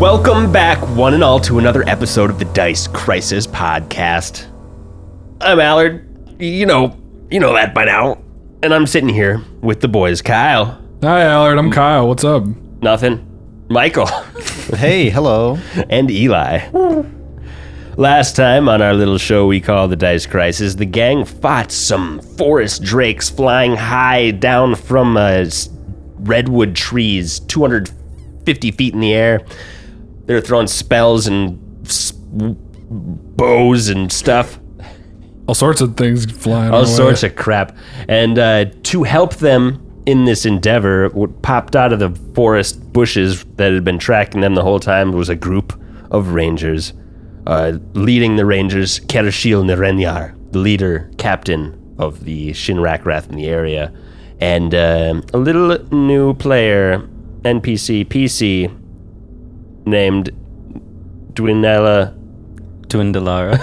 Welcome back, one and all, to another episode of the Dice Crisis Podcast. I'm Allard. You know, you know that by now. And I'm sitting here with the boys, Kyle. Hi, Allard. I'm Kyle. What's up? Nothing. Michael Hey, hello. and Eli. Last time on our little show we call the Dice Crisis, the gang fought some forest drakes flying high down from uh, s- redwood trees, 250 feet in the air. They were throwing spells and s- bows and stuff All sorts of things flying. all our way. sorts of crap. And uh, to help them in this endeavor, what popped out of the forest bushes that had been tracking them the whole time was a group of rangers. Uh, leading the rangers, Kershil Nerenyar, the leader, captain of the Shinrak Wrath in the area, and um a little new player, NPC, PC, named Dwinella Dwindelara.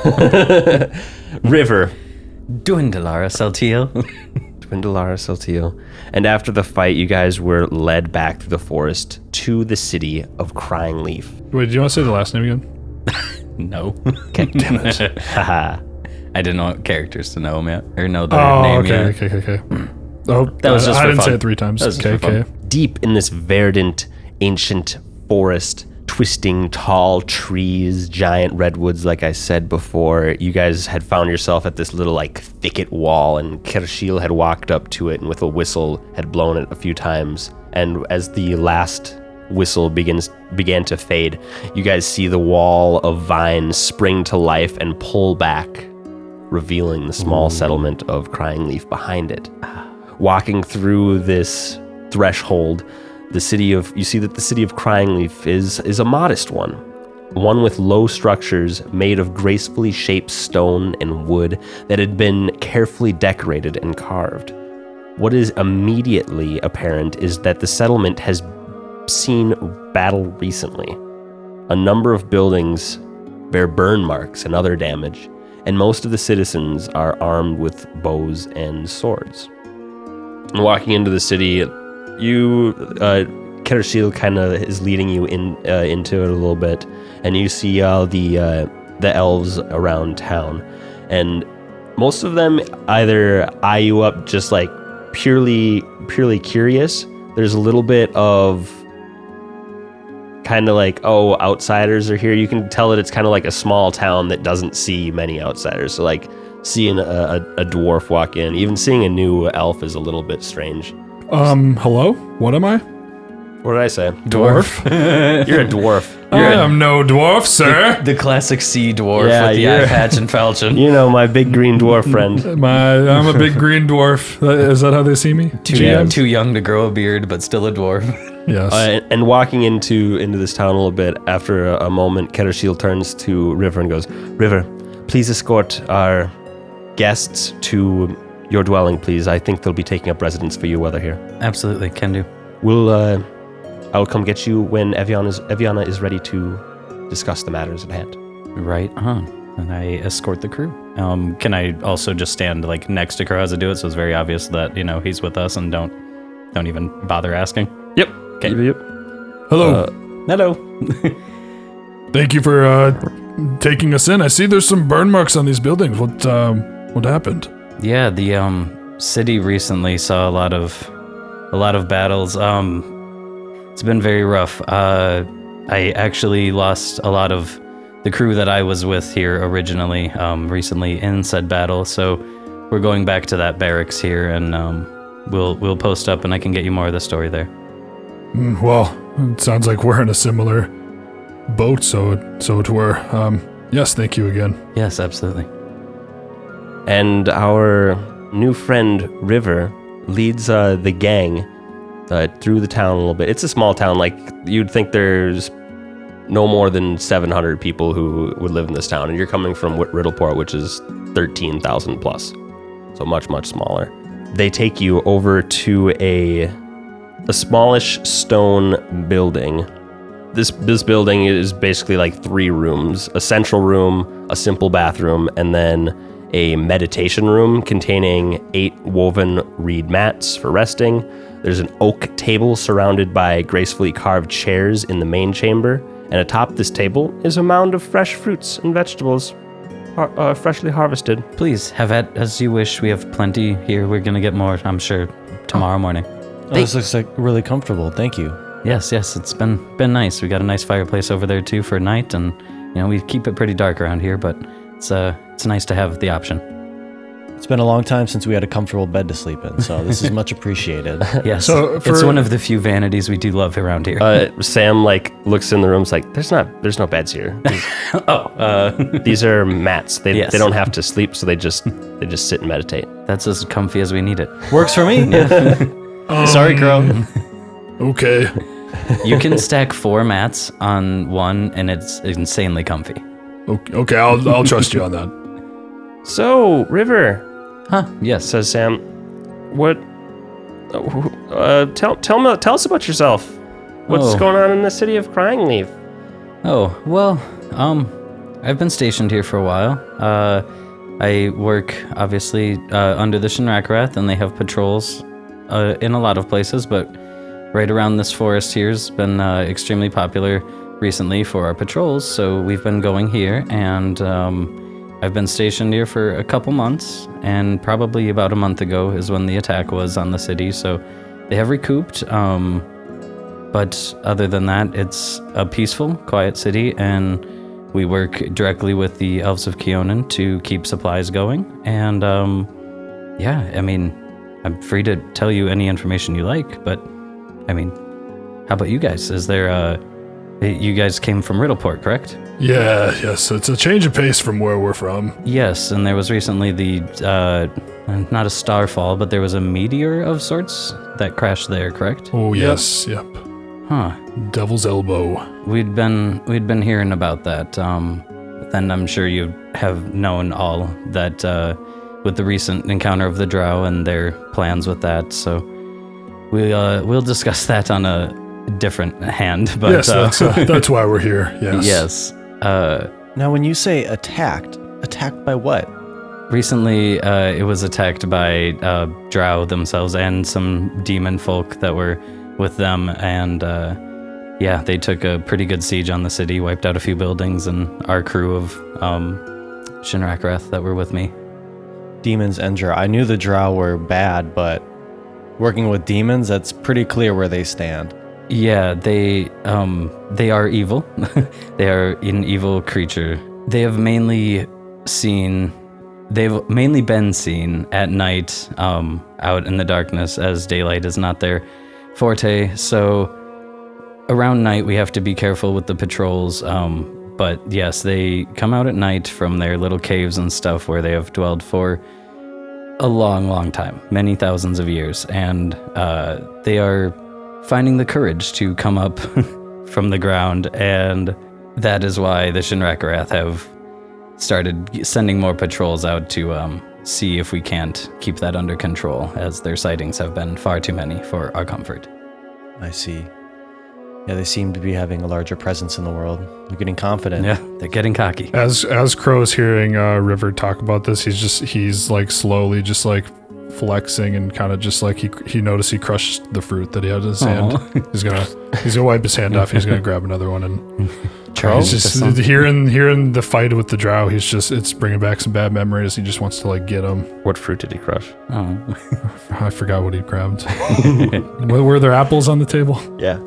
River. Dwindelara Saltillo. Dwindelara Saltillo. And after the fight, you guys were led back through the forest to the city of Crying Leaf. Wait, do you want to say the last name again? No. Haha. I didn't want characters to know him yet. Or know their Oh, name okay, yet. okay, okay, okay. Oh, That was I- just I for didn't say fun. it three times. That was just okay, for fun. okay. Deep in this verdant, ancient forest, twisting tall trees, giant redwoods, like I said before, you guys had found yourself at this little like thicket wall, and Kershil had walked up to it and with a whistle had blown it a few times. And as the last whistle begins began to fade, you guys see the wall of vines spring to life and pull back, revealing the small settlement of Crying Leaf behind it walking through this threshold, the city of you see that the city of Crying Leaf is is a modest one, one with low structures made of gracefully shaped stone and wood that had been carefully decorated and carved. What is immediately apparent is that the settlement has seen battle recently. A number of buildings bear burn marks and other damage, and most of the citizens are armed with bows and swords and walking into the city, you uh, Kershil kind of is leading you in uh, into it a little bit, and you see all the uh, the elves around town, and most of them either eye you up just like purely purely curious. There's a little bit of kind of like oh outsiders are here you can tell that it's kind of like a small town that doesn't see many outsiders so like seeing a, a, a dwarf walk in even seeing a new elf is a little bit strange Um, hello. What am I? what did i say Dwarf. you're a dwarf I am no dwarf, sir. The classic sea dwarf Yeah, with the you're- eye patch and falchion. you know my big green dwarf friend My, I'm a big green dwarf. That- Is that how they see me? Too, young, too young to grow a beard, but still a dwarf. Yes. uh, and- and walking into into this town a little bit after a, a moment Kettershield turns to river and goes river please escort our guests to your dwelling please i think they'll be taking up residence for you while they're here Absolutely, can do. We'll, uh, I'll come get you when Evian is, Eviana is ready to discuss the matters at hand. Right on. And I escort the crew. Um, can I also just stand like next to Crow as I do it, so it's very obvious that you know he's with us and don't don't even bother asking. Yep. Okay. hello. Uh, Hello. Thank you for uh, taking us in. I see there's some burn marks on these buildings. What um, what happened? Yeah, the um city recently saw a lot of a lot of battles. Um it's been very rough. Uh I actually lost a lot of the crew that I was with here originally um recently in said battle. So we're going back to that barracks here and um we'll we'll post up and I can get you more of the story there. Mm, Well, it sounds like we're in a similar boat, so it, so it were. Um, yes, thank you again. Yes, absolutely. And our new friend River leads uh, the gang uh, through the town a little bit. It's a small town. Like you'd think there's no more than 700 people who would live in this town, and you're coming from Whit- Riddleport, which is 13,000 plus, so much much smaller. They take you over to a a smallish stone building. This this building is basically like three rooms: a central room, a simple bathroom, and then a meditation room containing eight woven reed mats for resting. There's an oak table surrounded by gracefully carved chairs in the main chamber, and atop this table is a mound of fresh fruits and vegetables, har- uh, freshly harvested. Please have at as you wish. We have plenty here. We're gonna get more, I'm sure, tomorrow morning. Oh, this looks like really comfortable. Thank you. Yes, yes, it's been been nice. We got a nice fireplace over there too for a night, and you know we keep it pretty dark around here, but it's uh it's nice to have the option. It's been a long time since we had a comfortable bed to sleep in, so this is much appreciated. Yes, So, it's for- one of the few vanities we do love around here. Uh, Sam like looks in the room. It's like there's not there's no beds here. Oh, uh, These are mats. They, Yes. they don't have to sleep, so they just they just sit and meditate. That's as comfy as we need it. Works for me. Oh, Sorry, Crow. Okay. You can stack four mats on one, and it's insanely comfy. Okay, okay I'll, I'll trust you on that. So River Huh? Yes. says Sam, what? uh, wh- Uh, tell tell me tell us about yourself. What's Oh. going on in the city of Crying Leaf? Oh, well, um, I've been stationed here for a while. Uh, I work, obviously, uh, under the Shinrakrath, and they have patrols uh, in a lot of places, but right around this forest here has been uh, extremely popular recently for our patrols, so we've been going here, and um, I've been stationed here for a couple months, and probably about a month ago is when the attack was on the city, so they have recouped. Um, but other than that, it's a peaceful, quiet city, and we work directly with the Elves of Keonan to keep supplies going. And um, yeah, I mean, I'm free to tell you any information you like, but I mean, how about you guys? Is there uh You guys came from Riddleport, correct? Yeah, yes, it's a change of pace from where we're from. Yes, and there was recently the uh, not a starfall, but there was a meteor of sorts that crashed there, correct? Oh, yes, yep. Huh. Devil's Elbow. We'd been we'd been hearing about that. Um, then I'm sure you have known all that uh, with the recent encounter of the Drow and their plans with that. So we uh, we'll discuss that on a different hand. But yes, uh, that's, uh, that's why we're here. Yes. yes, uh, Now, when you say attacked, attacked by what? recently uh, it was attacked by uh, Drow themselves and some demon folk that were with them, and uh, yeah, they took a pretty good siege on the city, wiped out a few buildings, and our crew of um, Shinrakrath that were with me. Demons and Drow. I knew the Drow were bad, but working with demons, that's pretty clear where they stand. Yeah, they um they are evil. they are an evil creature. They have mainly seen they've mainly been seen at night um out in the darkness as daylight is not their forte. So around night we have to be careful with the patrols um but yes, they come out at night from their little caves and stuff where they have dwelled for a long, long time, many thousands of years, and uh, they are finding the courage to come up from the ground, and that is why the Shinrakarath have started sending more patrols out to um, see if we can't keep that under control, as their sightings have been far too many for our comfort. I see. Yeah, they seem to be having a larger presence in the world. They're getting confident. Yeah, they're getting cocky. As as Crow's hearing uh, River talk about this, he's just he's like slowly just like flexing and kind of just like he he noticed he crushed the fruit that he had in his hand. He's gonna he's gonna wipe his hand off. He's gonna grab another one and he's just hearing hearing the fight with the drow. He's just it's bringing back some bad memories. He just wants to like get him. What fruit did he crush? Oh. I forgot what he grabbed. were, were there apples on the table? Yeah,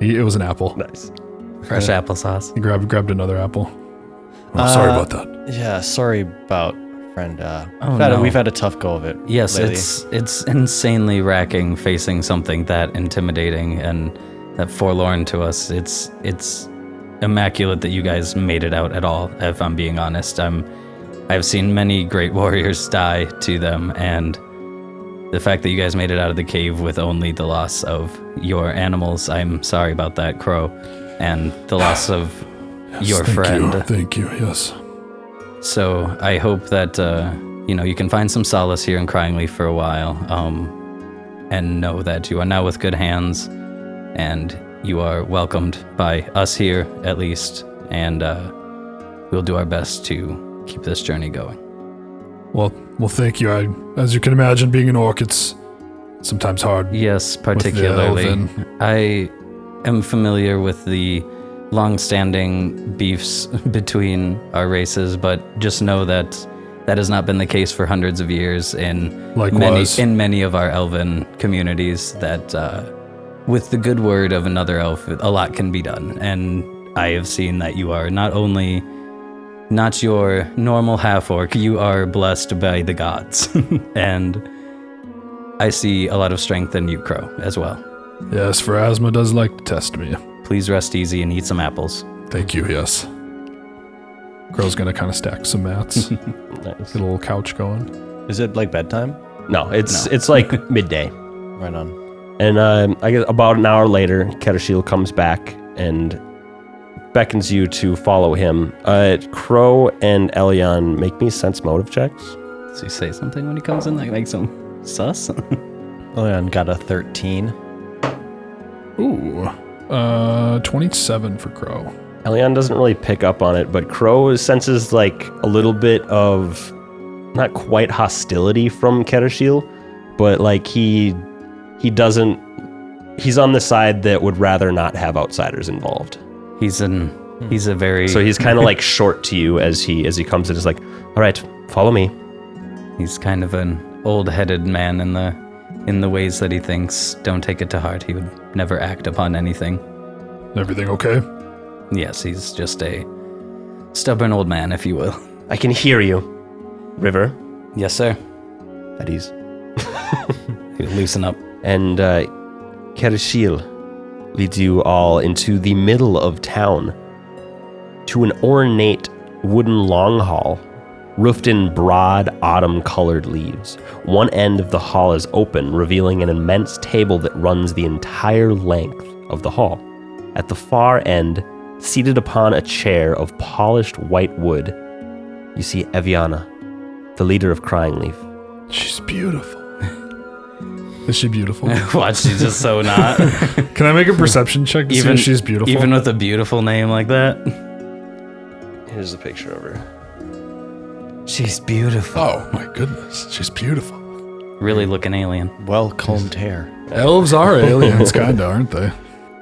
He, it was an apple. nice. Oh, Fresh applesauce. He grabbed grabbed another apple. Oh, sorry Uh, about that. Yeah, sorry about friend. Uh, Oh, we've, had a, no. we've had a tough go of it. Yes, lately. it's it's insanely racking facing something that intimidating and that forlorn to us. It's it's immaculate that you guys made it out at all. If I'm being honest, I'm I've seen many great warriors die to them, and the fact that you guys made it out of the cave with only the loss of your animals. I'm sorry about that, Crow, and the loss of your Thank friend. You. Thank you. Yes. So I hope that uh, you know you can find some solace here in Crying Leaf for a while, um, and know that you are now with good hands, and you are welcomed by us here at least, and uh, we'll do our best to keep this journey going. Well, well, thank you. I, as you can imagine, being an orc, it's sometimes hard. Yes, With the particularly. elven- I am familiar with the long-standing beefs between our races, but just know that that has not been the case for hundreds of years in many Likewise. in many of our elven communities. That uh, with the good word of another elf, a lot can be done, and I have seen that you are not only not your normal half orc. You are blessed by the gods, and I see a lot of strength in you, Crow, as well. Yes, Phrasma does like to test me. Please rest easy and eat some apples. Thank you, yes. Crow's gonna kind of stack some mats. Get Nice. a little couch going. Is it like bedtime? No, it's it's like midday. Right on. And um, I guess about an hour later, Kettersheel comes back and beckons you to follow him. Uh, Crow and Elion make me sense motive checks. Does he say something when he comes in that makes him sus? Leon got a 13. Ooh. Uh, 27 for Crow. Elion doesn't really pick up on it, but Crow senses like a little bit of not quite hostility from Kettersheel, but like he he doesn't he's on the side that would rather not have outsiders involved. he's an he's a very So he's kind of like short to you as he as he comes in is like, "All right, follow me." he's kind of an old-headed man in the in the ways that he thinks. Don't take it to heart. He would never act upon anything. Everything okay? Yes, he's just a stubborn old man, if you will. I can hear you, River. Yes, sir. That is. He'll loosen up. And uh, Kershil leads you all into the middle of town to an ornate wooden long hall roofed in broad autumn colored leaves. One end of the hall is open, revealing an immense table that runs the entire length of the hall. At the far end, seated upon a chair of polished white wood, you see Eviana, the leader of Crying Leaf. She's beautiful. Is she beautiful? Watch, he's just so not. Can I make a perception check to see if she's beautiful? Even with a beautiful name like that. Here's a picture of her. She's beautiful. oh my goodness, she's beautiful. Really looking alien. Well combed hair. Elves are aliens, kinda, aren't they?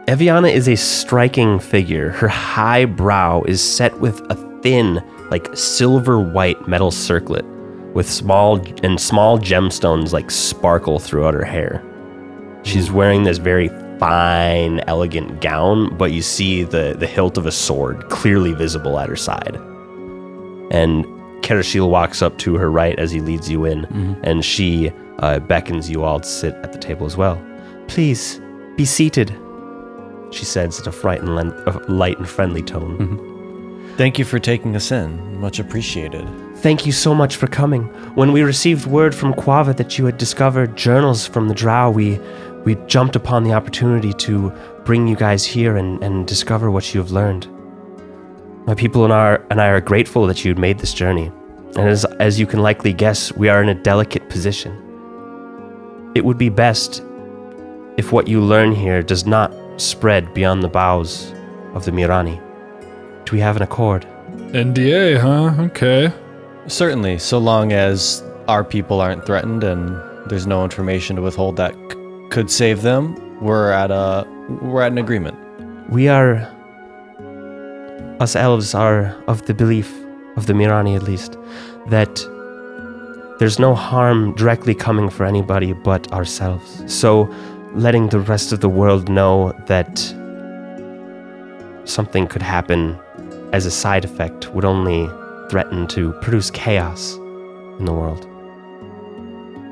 Eviana is a striking figure. Her high brow is set with a thin, like silver white metal circlet, with small and small gemstones like sparkle throughout her hair. She's wearing this very fine, elegant gown, but you see the, the hilt of a sword clearly visible at her side. And Kerashil walks up to her right as he leads you in, and she uh, beckons you all to sit at the table as well. Please be seated, she says in a frightened, len- uh, light and friendly tone. Thank you for taking us in. Much appreciated. Thank you so much for coming. When we received word from Quava that you had discovered journals from the Drow, we we jumped upon the opportunity to bring you guys here and, and discover what you have learned. My people and, our, and I are grateful that you had made this journey. And as, as you can likely guess, we are in a delicate position. It would be best if what you learn here does not spread beyond the bows of the Mirani. Do we have an accord? NDA, huh? Okay. Certainly, so long as our people aren't threatened and there's no information to withhold that c- could save them, we're at a we're at an agreement. We are. Us elves are of the belief, of the Mirani at least, that there's no harm directly coming for anybody but ourselves. So, letting the rest of the world know that something could happen as a side effect would only threaten to produce chaos in the world.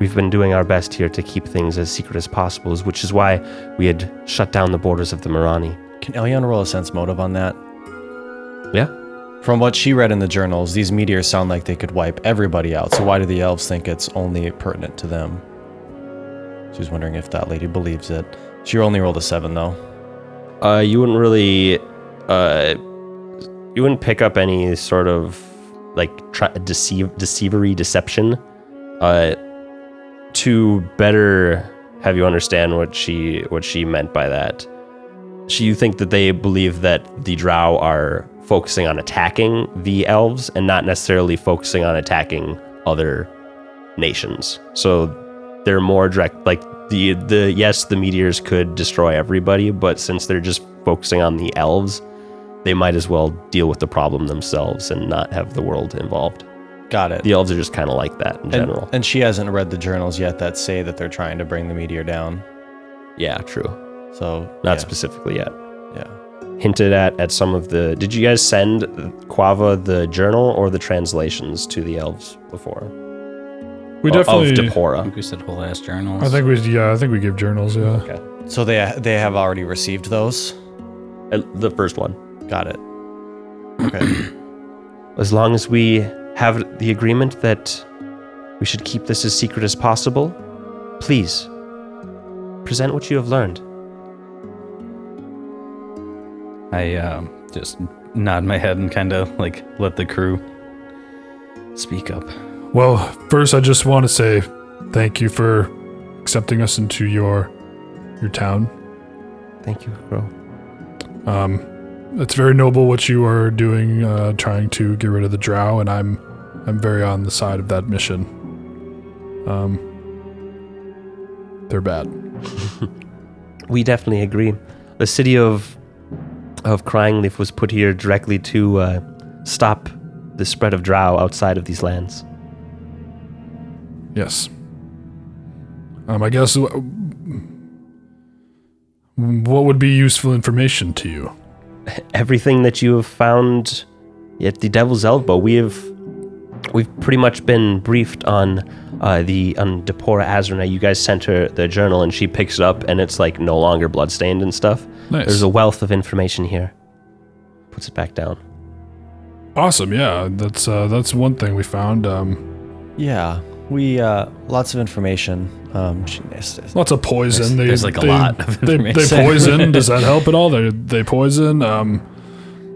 We've been doing our best here to keep things as secret as possible, which is why we had shut down the borders of the Mirani. Can Elion roll a sense motive on that? Yeah. From what she read in the journals, these meteors sound like they could wipe everybody out. So why do the elves think it's only pertinent to them? She was wondering if that lady believes it. She only rolled a seven though. Uh, you wouldn't really, uh, you wouldn't pick up any sort of like tra- deceive, deceivery, deception. Uh, to better have you understand what she what she meant by that, she you think that they believe that the Drow are focusing on attacking the elves and not necessarily focusing on attacking other nations. So they're more direct like the the yes the meteors could destroy everybody but since they're just focusing on the elves they might as well deal with the problem themselves and not have the world involved. Got it. The elves are just kind of like that in and, general. and she hasn't read the journals yet that say that they're trying to bring the meteor down. yeah, true. So Not yeah, specifically yet. yeah. Hinted at at some of the. Did you guys send Quava the journal or the translations to the elves before? We Or- definitely. of Depora. We said whole ass journals. I think we yeah, I think we give journals, yeah. So they they have already received those. Uh, The first one. Got it. Okay. As long as we have the agreement that we should keep this as secret as possible, please present what you have learned. I um, just nod my head and kind of like let the crew speak up. Well, first I just want to say thank you for accepting us into your your town. Thank you, Crow. Um, It's very noble what you are doing, uh, trying to get rid of the drow, and I'm I'm very on the side of that mission. Um, they're bad. We definitely agree. The city of of Cryingleaf was put here directly to uh, stop the spread of drow outside of these lands. Yes. Um, I guess wh- what would be useful information to you? Everything that you have found at the Devil's Elbow, we have we've pretty much been briefed on uh, the on Depora Azrina. You guys sent her the journal, and she picks it up, and it's like no longer bloodstained and stuff. Nice. There's a wealth of information here. Puts it back down. Awesome. Yeah, that's uh, that's one thing we found. Um, yeah. We uh, lots of information. Um, she- lots of poison. They, there's, like, a they- lot of they, they information. poison. Does that help at all? They they poison. Um,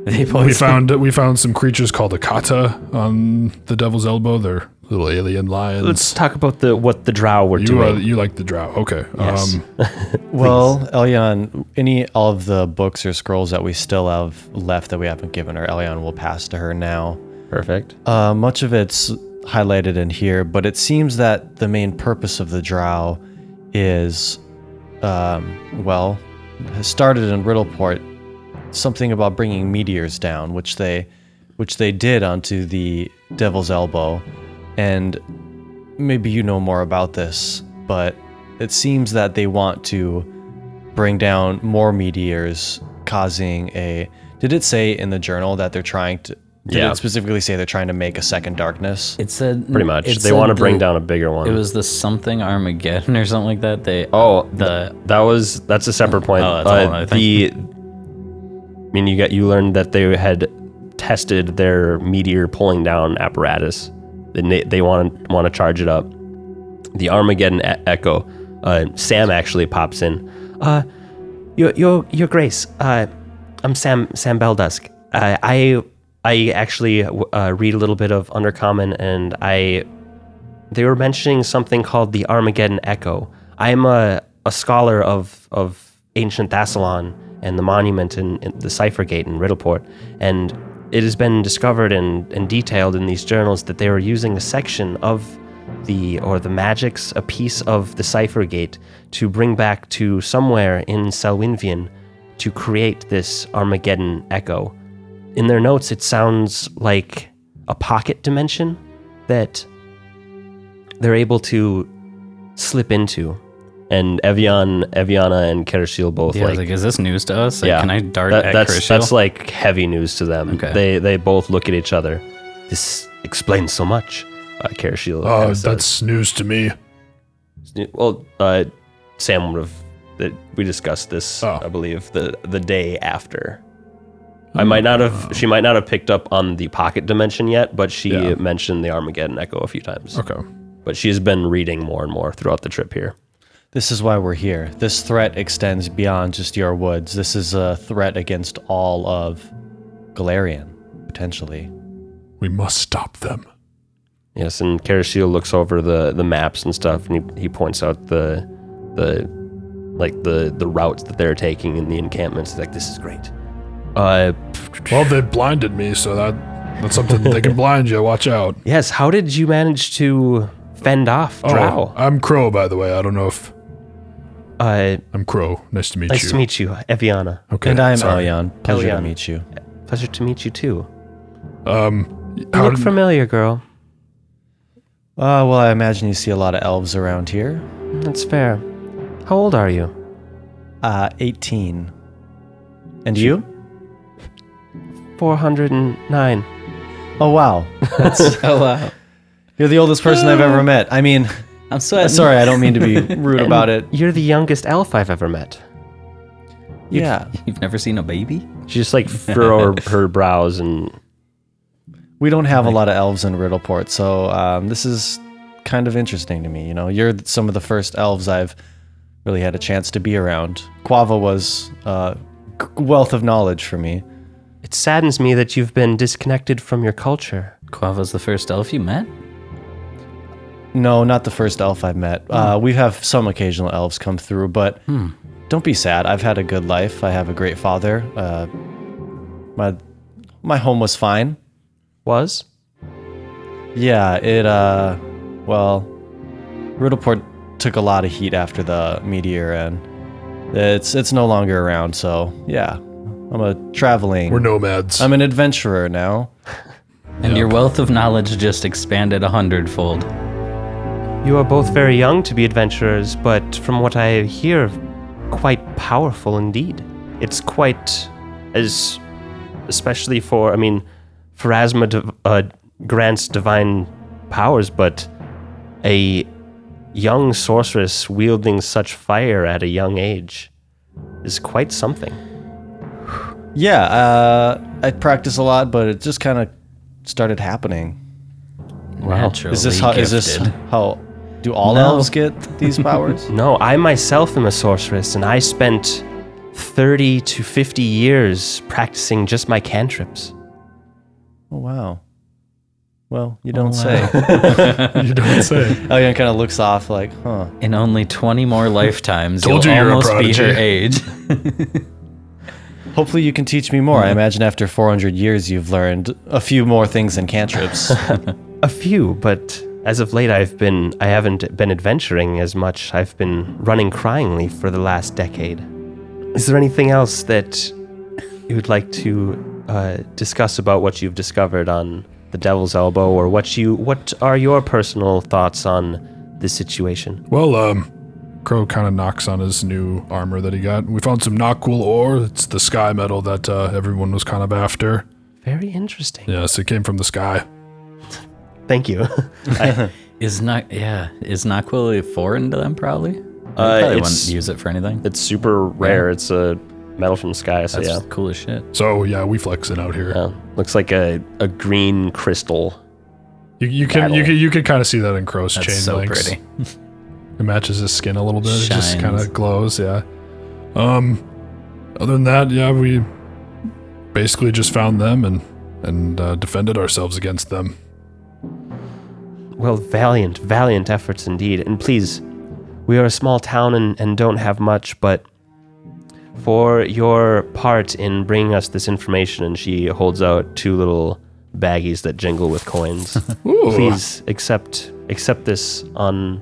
They we poison- found we found some creatures called akata on the Devil's Elbow. They're little alien lions. Let's talk about the what the drow were you uh, doing. you like the drow? Okay. Yes. Um, well, Elion, any of the books or scrolls that we still have left that we haven't given her, Elion will pass to her now. Perfect. Uh, much of it's highlighted in here, but it seems that the main purpose of the drow is, um, well, has started in Riddleport, something about bringing meteors down, which they, which they did onto the Devil's Elbow, and maybe you know more about this, but it seems that they want to bring down more meteors, causing a. Did it say in the journal that they're trying to? Did Yeah. it specifically say they're trying to make a second darkness? It said Pretty much. it they said want to the- bring down a bigger one. It was the something Armageddon or something like that. They oh the that was that's a separate point. Oh, that's a whole other the I mean you got you learned that they had tested their meteor pulling down apparatus. And they they want to want to charge it up. The Armageddon e- echo. Uh, Sam actually pops in. Uh, your your your grace. Uh, I'm Sam Sam Beldusk. Uh, I I actually uh, read a little bit of Undercommon and I they were mentioning something called the Armageddon Echo. I'm a, a scholar of, of ancient Thassalon and the monument in, in the Cipher Gate in Riddleport, and it has been discovered and, and detailed in these journals that they were using a section of the or the magics, a piece of the Cipher Gate, to bring back to somewhere in Selwynvian to create this Armageddon Echo. In their notes, it sounds like a pocket dimension that they're able to slip into. And Evian, Eviana, and Kershil both yeah, I like, was like, is this news to us? Like, yeah. can I dart That- at that's Crucial? that's like heavy news to them. Okay. They they both look at each other. This explains so much. Uh, Kershil. oh, kinda says. that's news to me. well. Uh, Sam would have. that- We discussed this, Oh. I believe, the the day after. I might not Oh. have. She might not have picked up on the pocket dimension yet, but she Yeah. mentioned the Armageddon Echo a few times. Okay. But she's been reading more and more throughout the trip here. This is why we're here. This threat extends beyond just your woods. This is a threat against all of Galarian, potentially. We must stop them. Yes, and Karashil looks over the, the maps and stuff, and he, he points out the the like the the routes that they're taking in the encampments. He's like, this is great. Uh, Well, they blinded me, so that that's something they can blind you. Watch out. yes. How did you manage to fend off Oh. Drow? I'm Crow, by the way. I don't know if uh, I'm Crow. Nice to meet nice you. to meet you, Eviana. Okay. and I'm sorry. Elyon. Pleasure Elyon. to meet you. Pleasure to meet you too. You Um, How look Um, did- familiar, girl. Uh, well, I imagine you see a lot of elves around here. That's fair. How old are you? Uh, 18. And you? 409. Oh, wow. Oh wow, You're the oldest person I've ever met. I mean, I'm sweating. sorry, I don't mean to be rude about it. You're the youngest elf I've ever met. Yeah. You've never seen a baby? She just like furrowed her brows and We don't have a lot of elves in Riddleport, so um, this is kind of interesting to me. You know, you're some of the first elves I've really had a chance to be around. Quava was uh, g- wealth of knowledge for me. it saddens me that you've been disconnected from your culture. Quava's the first elf you met. No, not the first elf I've met. Uh, we have some occasional elves come through, but don't be sad. I've had a good life. I have a great father. Uh, my my home was fine. Was? Yeah, it uh well Riddleport took a lot of heat after the meteor and it's it's no longer around, so yeah. I'm a traveling We're nomads. I'm an adventurer now. And your wealth of knowledge just expanded a hundredfold. You are both very young to be adventurers, but from what I hear, quite powerful indeed. It's quite as, especially for, I mean, Pharasma div- uh, grants divine powers, but a young sorceress wielding such fire at a young age is quite something. Yeah, uh I practice a lot, but it just kind of started happening. Naturally Is this how is this gifted. how do all No. elves get these powers? No, I myself am a sorceress, and I spent 30 to 50 years practicing just my cantrips. oh wow. Well, you don't say. you don't say. Elyon kind of looks off like, "Huh." in only twenty more lifetimes? Told you'll you you're a almost be her prodigy. age. Hopefully, you can teach me more. I imagine after 400 years, you've learned a few more things than cantrips. A few, but as of late I've been I haven't been adventuring as much. I've been running cryingly for the last decade. Is there anything else that you would like to uh, discuss about what you've discovered on the Devil's Elbow, or what you what are your personal thoughts on this situation? Well, um, Crow kind of knocks on his new armor that he got. We found some not cool ore. It's the sky metal that uh, everyone was kind of after. Very interesting. Yes, it came from the sky. Thank you. Uh, Is not yeah. Is Naquil foreign to them? Probably. They Uh, probably it's- wouldn't use it for anything. it's super rare. It's a metal from the sky, so That's yeah. cool as shit. So yeah, we flexing out here. Yeah. Looks like a, a green crystal. You, you can you Metal. can you can kind of see that in Crow's That's chain so links. pretty. It matches his skin a little bit. It just Shines. kind of glows. Yeah. Um. Other than that, yeah, we basically just found them and and uh, defended ourselves against them. Well, valiant, valiant efforts indeed. And please, we are a small town and, and don't have much, but for your part in bringing us this information, and she holds out two little baggies that jingle with coins. Ooh. please accept accept this on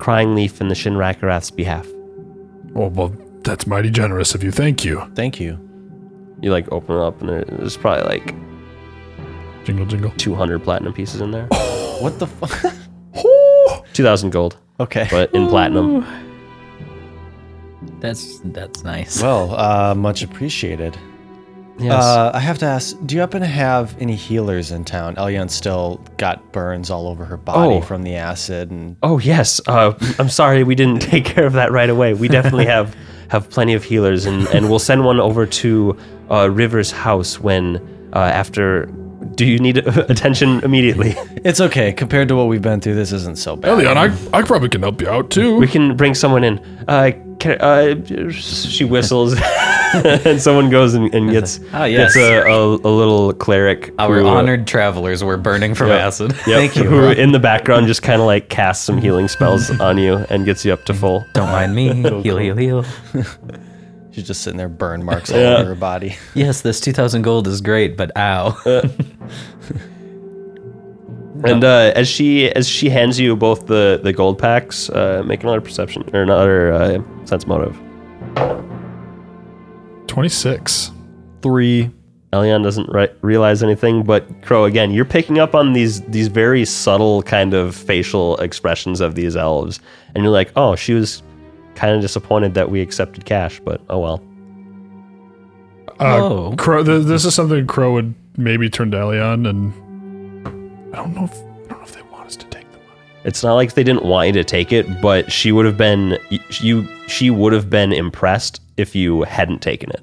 Crying Leaf and the Shin Rakarath's behalf. Oh well, that's mighty generous of you. Thank you. Thank you. You like open it up, and there- there's probably like Jingle jingle. 200 platinum pieces in there, What the fuck? 2,000 gold, Okay. but in platinum. That's that's nice. Well, uh, much appreciated. Yes. Uh, I have to ask, do you happen to have any healers in town? Elyon still got burns all over her body Oh. from the acid, and Oh yes. Uh, I'm sorry we didn't take care of that right away. We definitely have have plenty of healers, and, and we'll send one over to uh, River's house when uh, after. Do you need attention immediately? it's okay. Compared to what we've been through, this isn't so bad. Elion, I, I probably can help you out too. We can bring someone in. Uh, can, uh, she whistles, and someone goes and, and gets Ah, yes. gets a, a, a little cleric. Our who, uh, honored travelers were burning from acid. Yep, Who in the background just kind of like casts some healing spells on you and gets you up to full. Don't mind me. heal, heal, heal. She's just sitting there, burn marks all over her body. Yes, this 2000 gold is great, but ow. And uh, as she as she hands you both the the gold packs, uh, make another perception or another uh, sense motive. Twenty six. Three. Elion doesn't ri- realize anything, but Crow again, you're picking up on these these very subtle kind of facial expressions of these elves, and you're like, oh, she was kind of disappointed that we accepted cash, but oh well. Uh, Oh. Crow, th- this is something Crow would maybe turn to Elyon, and I don't know if I don't know if they want us to take the money. It's not like they didn't want you to take it, but she would have been you. She would have been impressed if you hadn't taken it.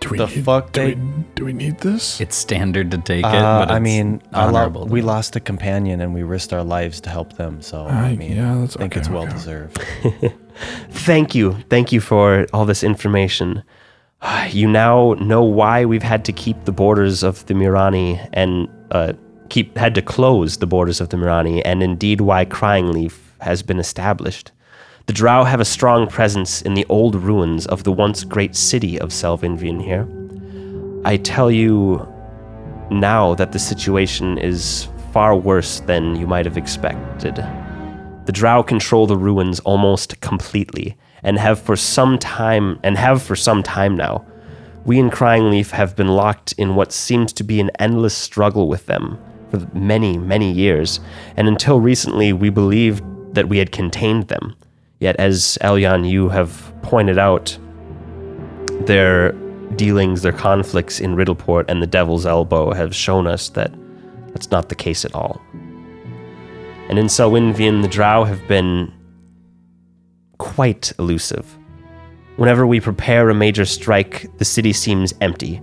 Do we The need, fuck do, they- we, do we need this? It's standard to take it, Uh, but I it's mean, I lo- honorable. we lost a companion and we risked our lives to help them. So I Alright, mean, yeah, that's I think okay, it's well okay. deserved. Thank you. Thank you for all this information. You now know why we've had to keep the borders of the Mirani and uh, keep had to close the borders of the Mirani, and indeed why Crying Leaf has been established. The Drow have a strong presence in the old ruins of the once great city of Selvinvian here. I tell you now that the situation is far worse than you might have expected. The Drow control the ruins almost completely, and have for some time and have for some time now. We in Crying Leaf have been locked in what seems to be an endless struggle with them for many, many years, and until recently we believed that we had contained them. Yet as Elyon you have pointed out, their dealings, their conflicts in Riddleport and the Devil's Elbow have shown us that that's not the case at all. And in Selwynvian, the Drow have been quite elusive. Whenever we prepare a major strike, the city seems empty,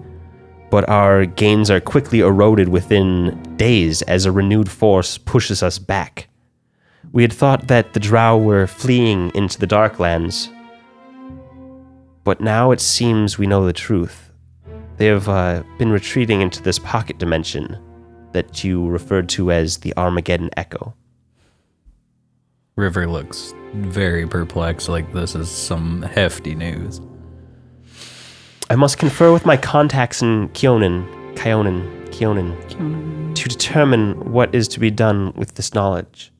but our gains are quickly eroded within days as a renewed force pushes us back. We had thought that the Drow were fleeing into the Darklands, but now it seems we know the truth. They have uh, been retreating into this pocket dimension that you referred to as the Armageddon Echo. River looks very perplexed, like this is some hefty news. I must confer with my contacts in Kionin, Kionin, Kionin, to determine what is to be done with this knowledge.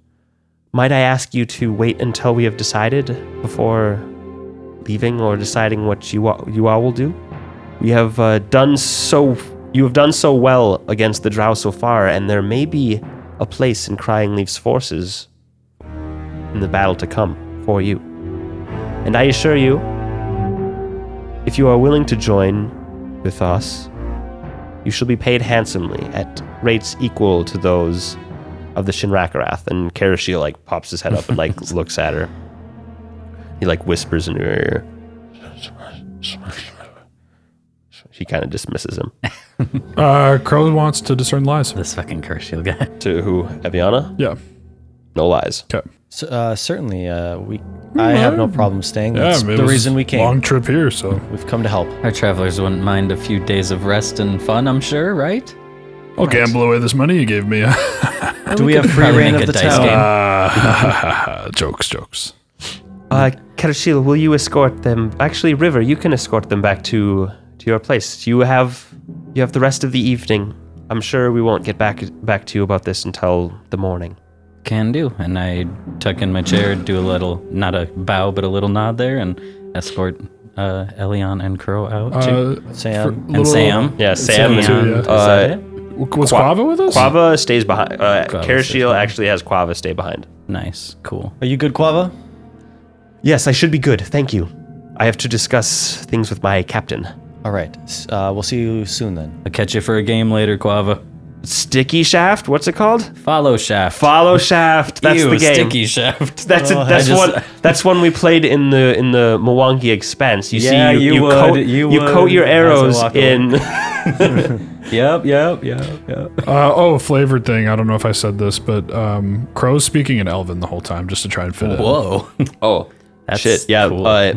Might I ask you to wait until we have decided before leaving or deciding what you all, you all will do? We have uh, done so. You have done so well against the Drow so far, and there may be a place in Crying Leaf's forces in the battle to come for you. And I assure you, if you are willing to join with us, you shall be paid handsomely at rates equal to those of the Shinrakarath. And Karashia like pops his head up and like looks at her. He like whispers in her ear. She kind of dismisses him. Uh, Crow wants to discern lies. This fucking curse you guy. To who? Eviana? Yeah. No lies. Okay. So, uh, certainly, uh, we. I have no problem staying. Hmm, Yeah, That's I mean, it the was reason we came. Long trip here, so We've come to help. Our travelers wouldn't mind a few days of rest and fun, I'm sure, right? I'll gamble away this money you gave me. Do we, have free probably reign make of a the dice town? game. uh, jokes, jokes. Uh, Karashil, will you escort them? Actually, River, you can escort them back to to your place. You have you have the rest of the evening. I'm sure we won't get back back to you about this until the morning. Can do. And I tuck in my chair, do a little, not a bow, but a little nod there, and escort uh, Elion and Crow out. to, Uh, for Sam, and little- Sam. Yeah, Sam Sam too, and yeah. uh, Was Qua- Quava with us? Quava stays behind. Uh, Quava stays Karashil actually has Quava stay behind. Nice. Cool. are you good, Quava? Yes, I should be good. Thank you. I have to discuss things with my captain. All right. S- Uh, we'll see you soon then. I'll catch you for a game later, Quava. Sticky shaft. What's it called? Follow Shaft. Follow shaft. That's Ew, the game. Sticky Shaft. That's Oh, I that's just- one that's one we played in the in the Mwangi Expanse. You Yeah, see, you you you, would, coat, you would, coat your as I arrows walk away. in. yep, yep, yep, yep. Uh, oh, a flavored thing. I don't know if I said this, but um, Crow's speaking in Elven the whole time just to try and fit it. in. Whoa. oh, That's shit! Yeah, cool. uh,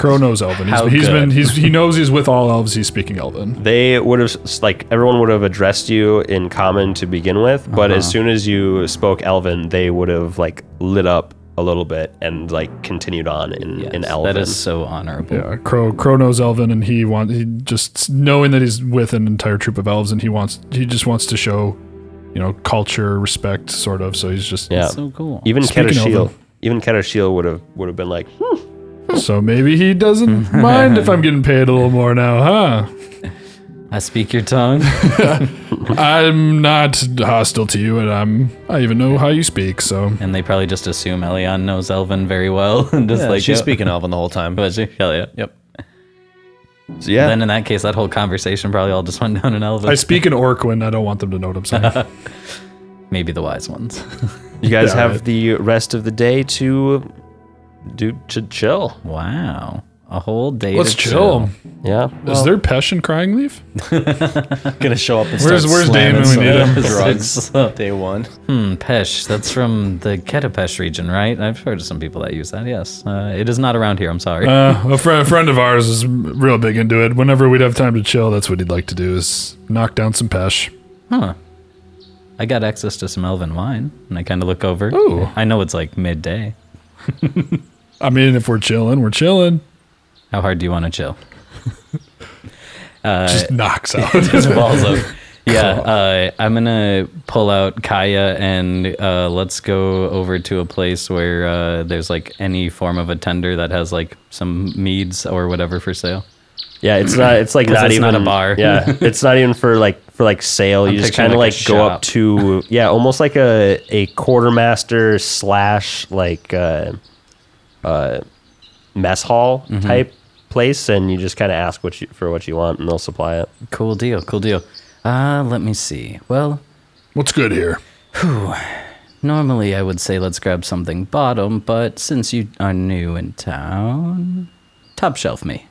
Crow knows Elven. He's, How he's good. been. He's, he knows he's with all elves. He's speaking Elven. they would have s- like everyone would have addressed you in common to begin with, but as soon as you spoke Elven, they would have like lit up a little bit and like continued on in in Elven. That is so honorable. Yeah, Crow. Crow Uh, knows Elven, and he wants. He just knowing that he's with an entire troop of elves, and he wants. He just wants to show, you know, culture, respect, sort of. So he's just. yeah, So cool. even Speaking Ketersheel, Elven. even Ketersheel would have would have been like, "Hmm, So maybe he doesn't mind if I'm getting paid a little more now, huh? I speak your tongue. I'm not hostile to you, and I'm I even know how you speak. So and they probably just assume Elion knows Elven very well. and just Yeah, like, she's yo- speaking Elven the whole time. Was she? Hell yeah. Yep. So yeah, Then in that case, that whole conversation probably all just went down in Elven. I speak in Orc when I don't want them to know what I'm saying. Maybe the wise ones. you guys Yeah, have right. the rest of the day to do to chill. wow. A whole day. Let's to chill. Yeah. Is there Pesh and Crying Leaf? Gonna show up and Where's- start where's Damon slamming when we need him? some Drugs. It's, uh, Day one. Hmm, Pesh. That's from the Ketapesh region, right? I've heard of some people that use that, yes. Uh, it is not around here, I'm sorry. Uh, a, fr- a friend of ours is real big into it. Whenever we'd have time to chill, that's what he'd like to do is knock down some Pesh. Huh. I got access to some elven wine, and I kind of look over. Ooh. I know it's like midday. I mean, if we're chilling, we're chilling. How hard do you want to chill? Just knocks out. Balls up. Yeah, uh, I'm gonna pull out Kaya and uh, let's go over to a place where uh, there's like any form of a tender that has like some meads or whatever for sale. Yeah, it's not. It's like 'Cause not it's even not a bar. Yeah, it's not even for like for like sale. I'm you just picturing kind of like like, a go up shop. to yeah, almost like a a quartermaster slash like uh, uh, mess hall Mm-hmm. type place, and you just kind of ask what you for what you want, and they'll supply it. Cool deal, cool deal. Uh, let me see. Well, What's good here? Normally, I would say let's grab something bottom, but since you are new in town, top shelf me.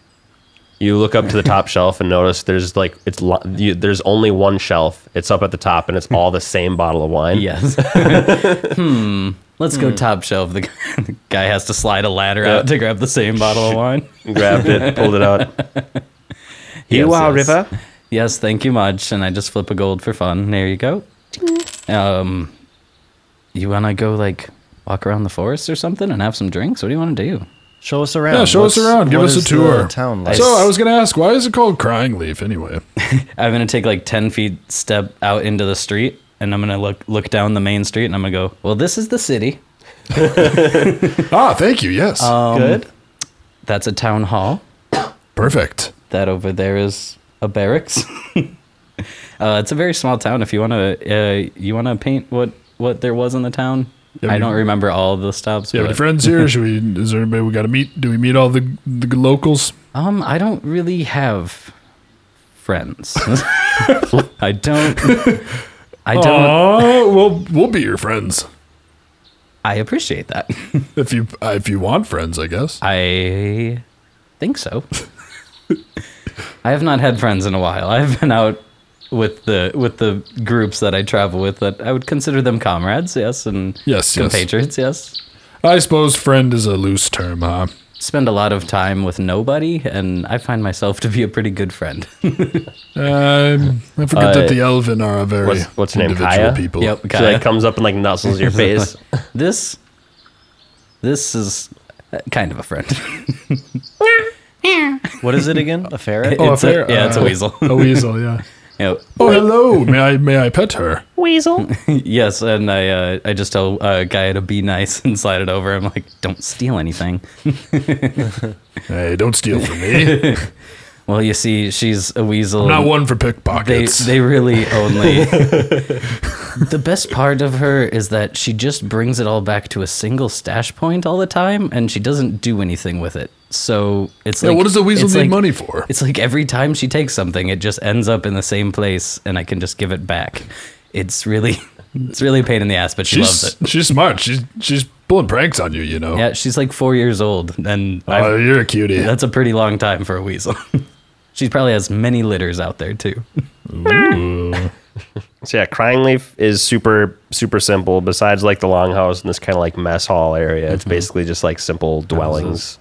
You look up to the top shelf and notice there's like it's lo- you, there's only one shelf. It's up at the top, and it's all the same bottle of wine. Yes. hmm. Let's go top shelf. The guy, the guy has to slide a ladder out to grab the same bottle of wine. grabbed it, pulled it out. Here Yes, you are, yes. River. Yes, thank you much. And I just flip a gold for fun. There you go. Um, you wanna go like walk around the forest or something and have some drinks? What do you want to do? Show us around. Yeah, show us around. Give what us a is the tour. Town like? So I was gonna ask, why is it called Crying Leaf anyway? I'm gonna take like ten feet step out into the street, and I'm gonna look look down the main street, and I'm gonna go. Well, this is the city. ah, thank you. Yes, good. That's a town hall. perfect. That over there is a barracks. uh, it's a very small town. If you wanna, uh, you wanna paint what what there was in the town. Yeah, I you- don't remember all of the stops. Do you have but- any friends here? Should we? Is there anybody we got to meet? Do we meet all the the locals? Um, I don't really have friends. I don't. I don't. Oh, well, we'll be your friends I appreciate that. if you uh, if you want friends, I guess. I think so. I have not had friends in a while. I've been out with the with the groups that I travel with that I would consider them comrades, yes, and Yes, yes. compatriots, yes. I suppose friend is a loose term, huh? Spend a lot of time with nobody, and I find myself to be a pretty good friend. Um, I forget Uh, that the elven are a very what's- what's her name, individual Kaya? people. yep, She like Kaya. comes up and like nuzzles your face. This this is uh, kind of a friend. What is it again? A ferret? Oh, it's a a, fair- yeah, it's a uh, weasel. A weasel, yeah. Yep. Oh, hello. May I may I pet her? Yes, and I uh, I just tell uh, Gaia to be nice and slide it over. I'm like, don't steal anything. Hey, don't steal from me. Well, you see, she's a weasel. Not one for They pickpockets. they really only. the best part of her is that she just brings it all back to a single stash point all the time, and she doesn't do anything with it. So it's yeah, like what does the weasel it's need like- money for? It's like every time she takes something, it just ends up in the same place, and I can just give it back. It's really, it's really a pain in the ass, but she She's loves it. she's smart. She's she's pulling pranks on you. You Oh. know. Yeah, she's like four years old, and I- Oh, you're a cutie. that's a pretty long time for a weasel. she probably has many litters out there too. So yeah, Crying Leaf is super super simple. Besides like the longhouse and this kind of like mess hall area, it's Mm-hmm. basically just like simple dwellings.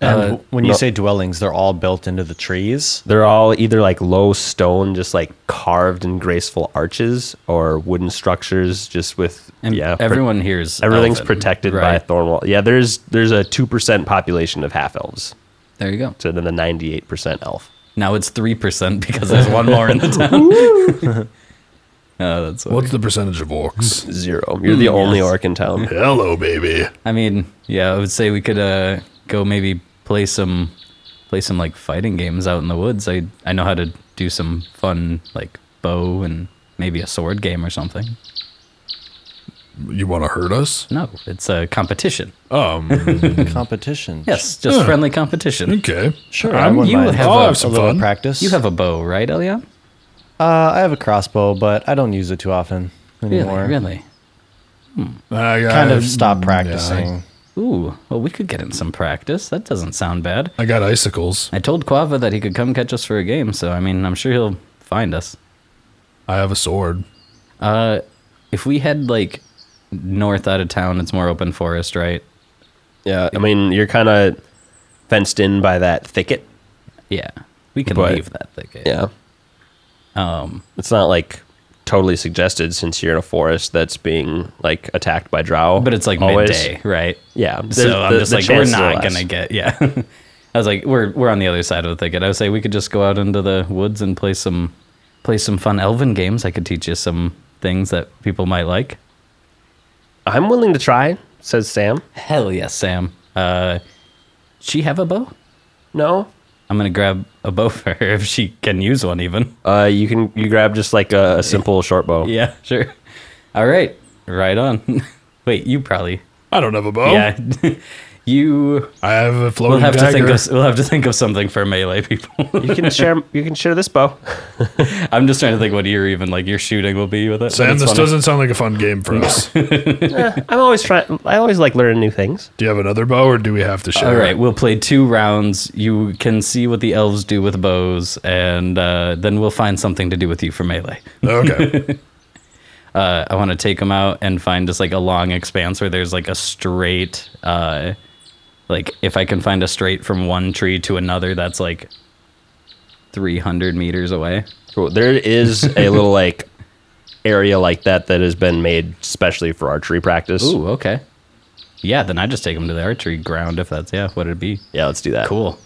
and w- when you no. say dwellings, they're all built into the trees. They're all either like low stone, just like carved and graceful arches, or wooden structures, just with And yeah. pro- everyone here is everything's elven, protected by a right? thorn wall. Yeah, there's there's a two percent population of half elves, There you go. so then the ninety eight percent elf. Now it's three percent because there's one more in the town. oh, that's funny. What's the percentage of orcs? Zero. You're Hmm, the only orc in town. Hello, baby. I mean, yeah, I would say we could uh, go maybe play some play some like fighting games out in the woods. I I know how to do some fun like bow and maybe a sword game or something. You want to hurt us? No, it's a competition. Um, Mm-hmm. Competition. Yes, just friendly competition. okay. Sure. I'm- wouldn't you mind have I'll a, have some little fun. practice. You have a bow, right, Elian? Uh, I have a crossbow, but I don't use it too often Really, anymore. really. I, Kind I- of stop Uh, yeah, practicing. Ooh, well, we could get in some practice. That doesn't sound bad. I, I got icicles. I told Quava that he could come catch us for a game, so I mean, I'm sure he'll find us. I have a sword. Uh, if we head like north out of town, it's more open forest, right? Yeah, I mean, you're kind of fenced in by that thicket. Yeah, we can But- leave that thicket. Yeah. Um. It's not like totally suggested since you're in a forest that's being like attacked by drow. But it's like always. midday, right? Yeah. So the- I'm the- just the like, we're chances are not less. gonna get. Yeah. I was like, we're we're on the other side of the thicket. I would say we could just go out into the woods and play some play some fun elven games. I could teach you some things that people might like. I'm willing to try, says Sam. Hell yes, Sam. Uh, she have a bow? No. I'm gonna grab a bow for her if she can use one even. Oh. Uh, you can you grab just like a, a simple short bow. Yeah, sure. All right, right on. Wait, you probably. I don't have a bow. Yeah, you. I have a floating We'll have to dagger. think of we'll have to think of something for melee people. You can share you can share this bow. I'm just trying to think what your even like your shooting will be with it. but Sam, it's this funny. doesn't sound like a fun game for us. do I'm always trying. I always like learning new things. you have another bow, or do we have to share? All right, we'll play two rounds. You can see what the elves do with bows, and uh, then we'll find something to do with you for melee. Okay. uh, I want to take them out and find just like a long expanse where there's like a straight, uh, like if I can find a straight from one tree to another, that's like 300 meters away. Cool. There is a little like area like that that has been made specially for archery practice. Ooh, okay. Yeah, then I just take them to the archery ground if that's, yeah, what it'd be. Yeah, let's do that. Cool.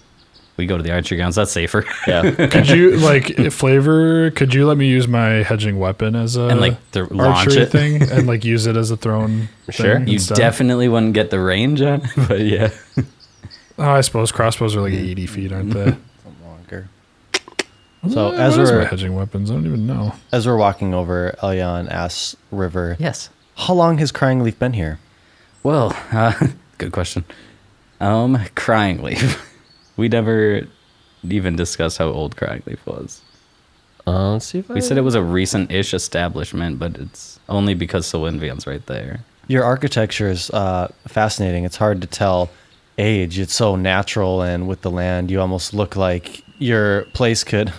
We go to the archery grounds. That's safer. Yeah. could you like flavor? Could you let me use my hedging weapon as a And, like, th- launch archery it? thing, and like use it as a thrown? Sure. thing You instead? definitely wouldn't get the range on it, but yeah. Oh, I suppose crossbows are like eighty feet, aren't they? Longer. So Eh, as what is my we're hedging weapons, I don't even know. as we're walking over, Elion asks River, Yes. "How long has Crying Leaf been here?" Well, uh, good question. Um, Crying Leaf. we never even discussed how old Crying Leaf was. Uh, let's see if I, We said it was a recent-ish establishment, but it's only because Solinvian's right there. Your architecture is uh, fascinating. It's hard to tell age. It's so natural, and with the land, you almost look like your place could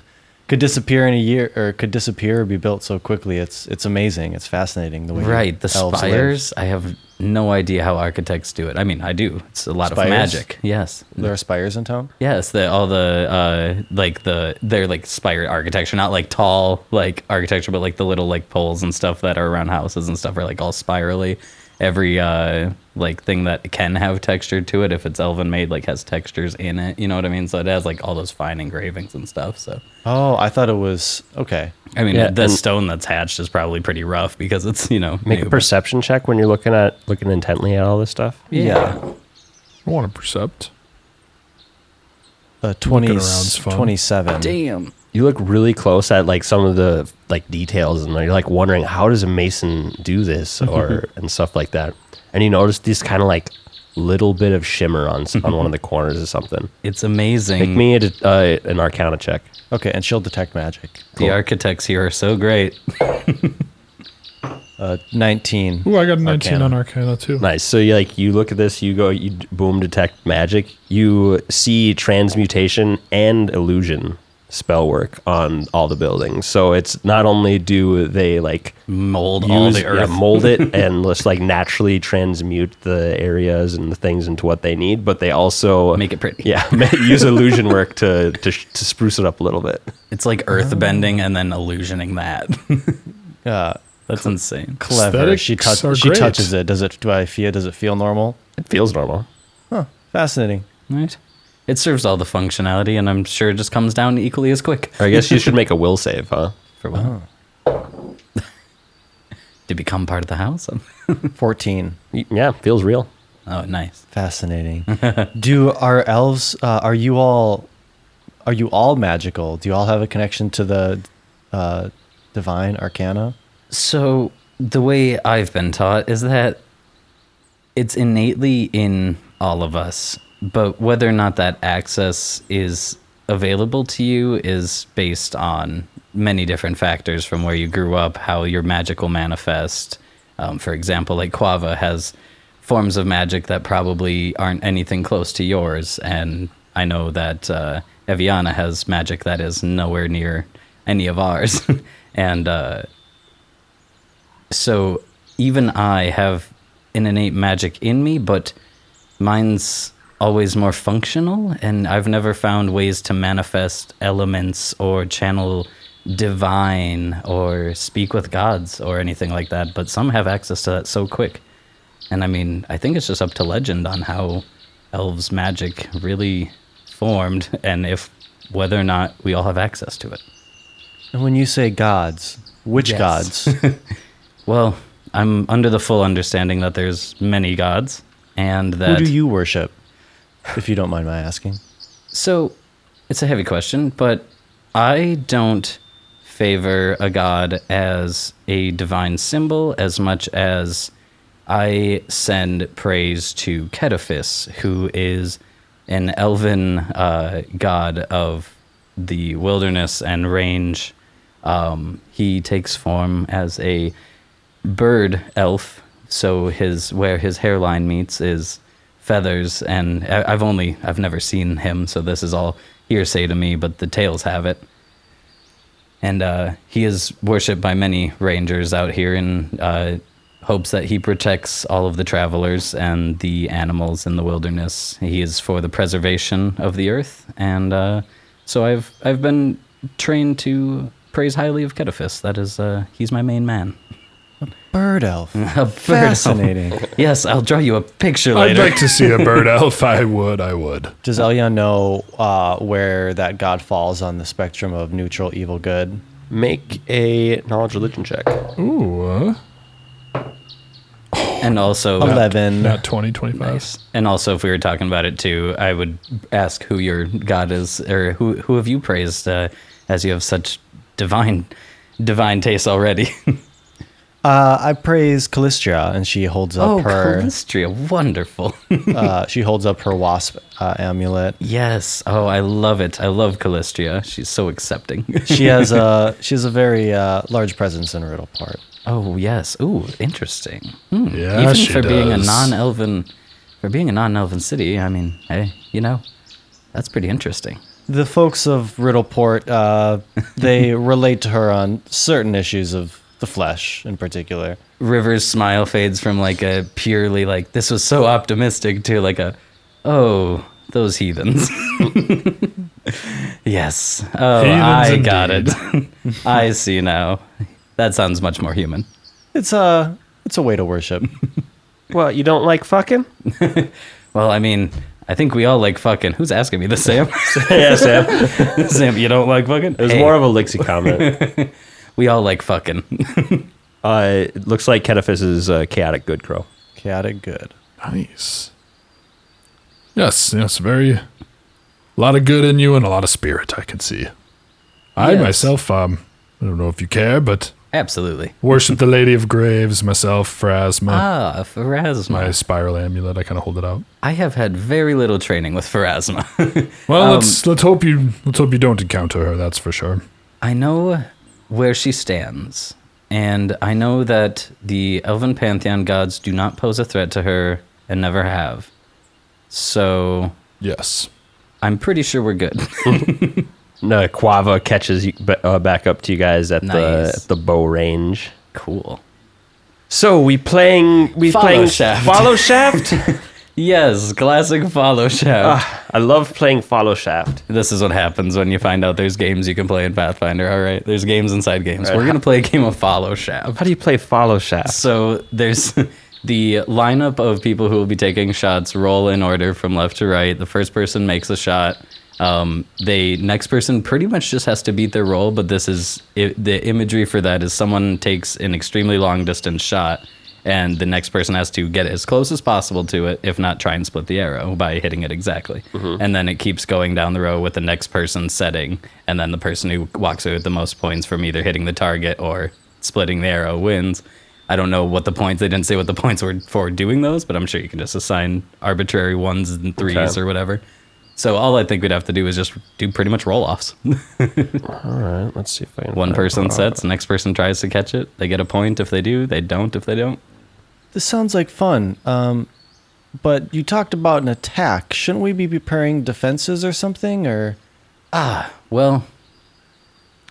could disappear in a year, or could disappear or be built so quickly. It's it's amazing. It's fascinating the way Right, the elves live. spires. I have no idea how architects do it. I mean, I do. It's a lot Spires? of magic. Yes. There are spires in town. Yes, the all the uh like the they're like spire architecture, not like tall like architecture, but like the little like poles and stuff that are around houses and stuff are like all spirally. Every uh like thing that can have texture to it, if it's elven made, like has textures in it. You know what I mean? So it has like all those fine engravings and stuff. So Oh, I thought it was okay. I mean, Yeah, the and- stone that's hatched is probably pretty rough because it's you know make a new. perception check when you're looking at looking intently at all this stuff. Yeah, I want to percept. uh, 20, around's fun. twenty-seven. Damn. You look really close at like some of the like details, and you're like wondering how does a mason do this or and stuff like that. And you notice this kind of like little bit of shimmer on s- on one of the corners or something. It's amazing. Make me a, uh, an Arcana check. Okay, and she'll detect magic. The architects here are so great. Uh, Nineteen. Ooh, I got a nineteen Arcana. on Arcana too. Nice. So you like you look at this, you go, you d- boom, detect magic. You see transmutation and illusion spell work on all the buildings. So it's not only do they like Mold all use- the yeah, earth. mold it, and just like naturally transmute the areas and the things into what they need, but they also Make it pretty. Yeah, ma- use illusion work to to, sh- to spruce it up a little bit. It's like earth bending Oh. and then illusioning that. Uh, That's insane. clever. She, Aesthetics tou- are she great. touches it. Does it? Do I feel? Does it feel normal? It feels normal. Fascinating. Right. It serves all the functionality, and I'm sure it just comes down equally as quick. I guess you should Oh. make a will save, huh? For what? to become part of the house? Fourteen. Y- Yeah, feels real. Oh, nice. Fascinating. Do our elves? Uh, are you all Are you all magical? Do you all have a connection to the uh, divine arcana? So the way I've been taught is that it's innately in all of us, but whether or not that access is available to you is based on many different factors from where you grew up, how your magical manifest. Um, for example, like Quava has forms of magic that probably aren't anything close to yours, and I know that uh, Eviana has magic that is nowhere near any of ours, and uh, so even I have an innate magic in me, but mine's always more functional, and I've never found ways to manifest elements or channel divine or speak with gods or anything like that. But some have access to that so quick. And I mean, I think it's just up to legend on how elves' magic really formed and if whether or not we all have access to it. And when you say gods, which Yes. gods? Well, I'm under the full understanding that there's many gods and Who that do you worship? If you don't mind my asking. So, it's a heavy question, but I don't favor a god as a divine symbol as much as I send praise to Kedifis, who is an elven uh, god of the wilderness and range. Um, he takes form as a bird elf. So his where his hairline meets is feathers, and I- I've only I've never seen him, so this is all hearsay to me. But the tales have it, and uh, he is worshipped by many rangers out here in uh, hopes that he protects all of the travelers and the animals in the wilderness. He is for the preservation of the earth, and uh, so I've I've been trained to praise highly of Kedifis. That is, uh, he's my main man. Bird elf. A bird Fascinating. elf. Yes, I'll draw you a picture I'd later. like to see a bird elf. I would. I would. Does Elyon know uh, where that god falls on the spectrum of neutral, evil, good? Make a knowledge religion check. Ooh. Uh, and also, uh, Eleven. not 20, 25. and also, if we were talking about it too, I would ask who your god is, or who who have you praised, uh, as you have such divine divine taste already. Uh, I praise Callistra, and she holds up oh, her Calistria, wonderful. uh, she holds up her wasp uh, amulet. yes. Oh, I love it. I love Calistria. She's so accepting. She has a she has a very uh, large presence in Riddleport. oh yes. Ooh, interesting. Hmm. Yeah, Even she for being a does. non-elven, for being a non-elven city, I mean, hey, you know, that's pretty interesting. The folks of Riddleport uh, they relate to her on certain issues of the flesh, in particular. River's smile fades from like a purely like this was so optimistic to like a oh those heathens. yes. Oh, Heathens I got it. I see now. That sounds much more human. It's a it's a way to worship. Well, you don't like fucking? Well, I mean, I think we all like fucking. Who's asking me this, Sam? yeah, Sam. Sam, you don't like fucking? It was Hey, more of a Lixie comment. we all like fucking. Uh, it looks like Kedifis is a chaotic good crow. Chaotic good. Nice. Yes, yes, very. A lot of good in you and a lot of spirit, I can see. I Yes. myself, um, I don't know if you care, but Absolutely. worship the Lady of Graves myself, Uh, Phrasma. Ah, Pharasma. my spiral amulet, I kind of hold it out. I have had very little training with Pharasma. Well, let's let's hope you let's hope you don't encounter her. That's for sure. I know where she stands, and I know that the Elven Pantheon gods do not pose a threat to her and never have. So Yes. I'm pretty sure we're good. No, Quava catches you ba- uh, back up to you guys at the Nice. at the bow range. cool. So we playing we Follow playing Shaft. follow shaft. Yes, classic follow shaft. Ah, I love playing follow shaft. This is what happens when you find out there's games you can play in Pathfinder. All right, there's games inside games. Right. We're gonna play a game of follow shaft. How do you play follow shaft? So there's the lineup of people who will be taking shots roll in order from left to right. The first person makes a shot. Um, they next person pretty much just has to beat their roll, but this is i the imagery for that is someone takes an extremely long distance shot, and the next person has to get as close as possible to it, if not try and split the arrow by hitting it exactly. And then it keeps going down the row with the next person setting, and then the person who walks away with the most points from either hitting the target or splitting the arrow wins. I don't know what the points. They didn't say what the points were for doing those, but I'm sure you can just assign arbitrary ones and threes Okay. or whatever. So all I think we'd have to do is just do pretty much roll offs. All right, let's see if I can. One find- person sets, the next person tries to catch it. They get a point if they do. They don't if they don't. This sounds like fun. Um, but you talked about an attack. Shouldn't we be preparing defenses or something? Or ah, Well,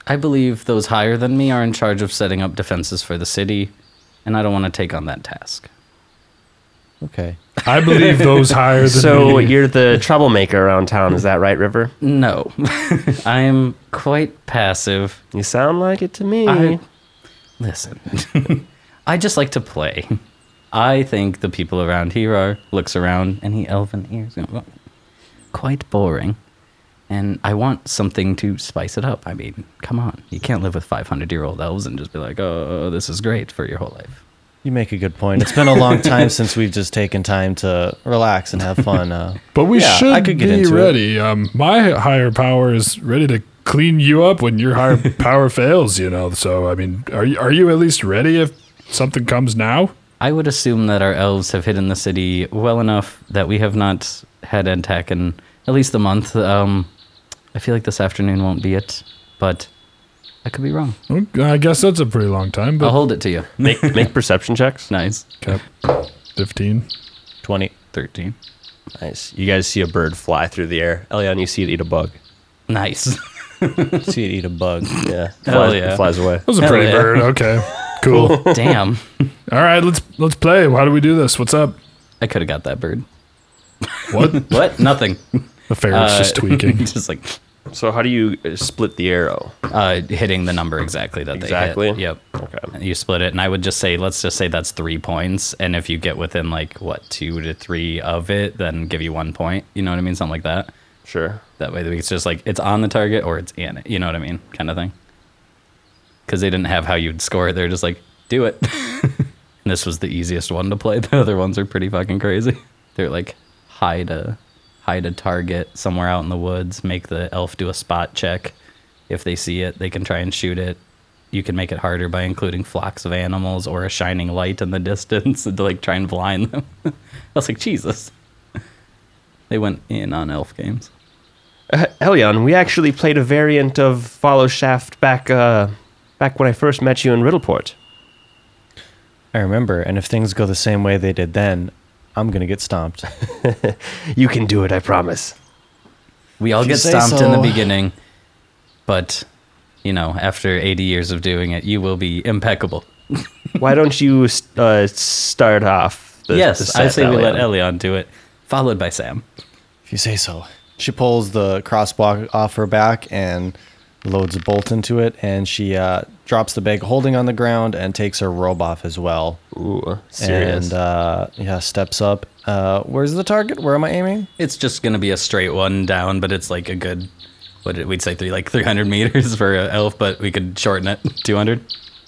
I believe those higher than me are in charge of setting up defenses for the city, and I don't want to take on that task. okay, I believe those higher than So me. you're the troublemaker around town, is that right, River? No, I am quite passive. You sound like it to me. I, listen, I just like to play. I think the people around here are looks around and he elven ears quite boring. And I want something to spice it up. I mean, come on. You can't live with 500 year old elves and just be like, oh, this is great for your whole life. you make a good point. It's been a long time since we've just taken time to relax and have fun. Uh, But we yeah, should I could get be into it. ready. Um, my higher power is ready to clean you up when your higher power fails. You know. So I mean, are you are you at least ready if something comes now? I would assume that our elves have hidden the city well enough that we have not had an attack in at least a month. Um, I feel like this afternoon won't be it, but I could be wrong. Well, I guess that's a pretty long time, I'll but hold it to you. make make perception checks. Nice. Okay. fifteen. Twenty. 13. Nice. You guys see a bird fly through the air. Elion, you see it eat a bug. Nice. See it eat a bug. Yeah. Hell Flies- yeah. It flies away. That was a Hell pretty yeah. bird. Okay. Cool. All Damn. right, let's let's play. How do we do this? What's up? I could have got that bird. What? What? Nothing. The ferret's just Uh, tweaking. just like So how do you uh, split the arrow? uh, hitting the number exactly that Exactly? they hit. Yep. Okay. You split it, and I would just say, let's just say that's three points. And if you get within like what two to three of it, then give you one point. You know what I mean? Something like that. Sure. That way, it's just like it's on the target or it's in it. You know what I mean? Kind of thing. Because they didn't have how you'd score it. They're just like, do it. and this was the easiest one to play. The other ones are pretty fucking crazy. They're like, hide a hide a target somewhere out in the woods. Make the elf do a spot check. If they see it, they can try and shoot it. You can make it harder by including flocks of animals or a shining light in the distance to like try and blind them. I was like, Jesus. They went in on elf games. Elion, we actually played a variant of Follow Shaft back uh, back when I first met you in Riddleport. I remember. And if things go the same way they did then, I'm gonna get stomped. You can do it, I promise. We all If you get say stomped in the so. beginning, but you know, after 80 years of doing it, you will be impeccable. Why don't you uh, start off? The, the yes, set, I say we let Elion? Elion do it, followed by Sam. If you say so. She pulls the crossbow off her back and loads a bolt into it, and she uh, drops the bag holding on the ground and takes her robe off as well. Ooh, uh, serious. And uh, yeah, steps up. Uh, where's the target? Where am I aiming? It's just going to be a straight one down, but it's like a good what did- we'd say three like 300 meters for an elf, but we could shorten it 200.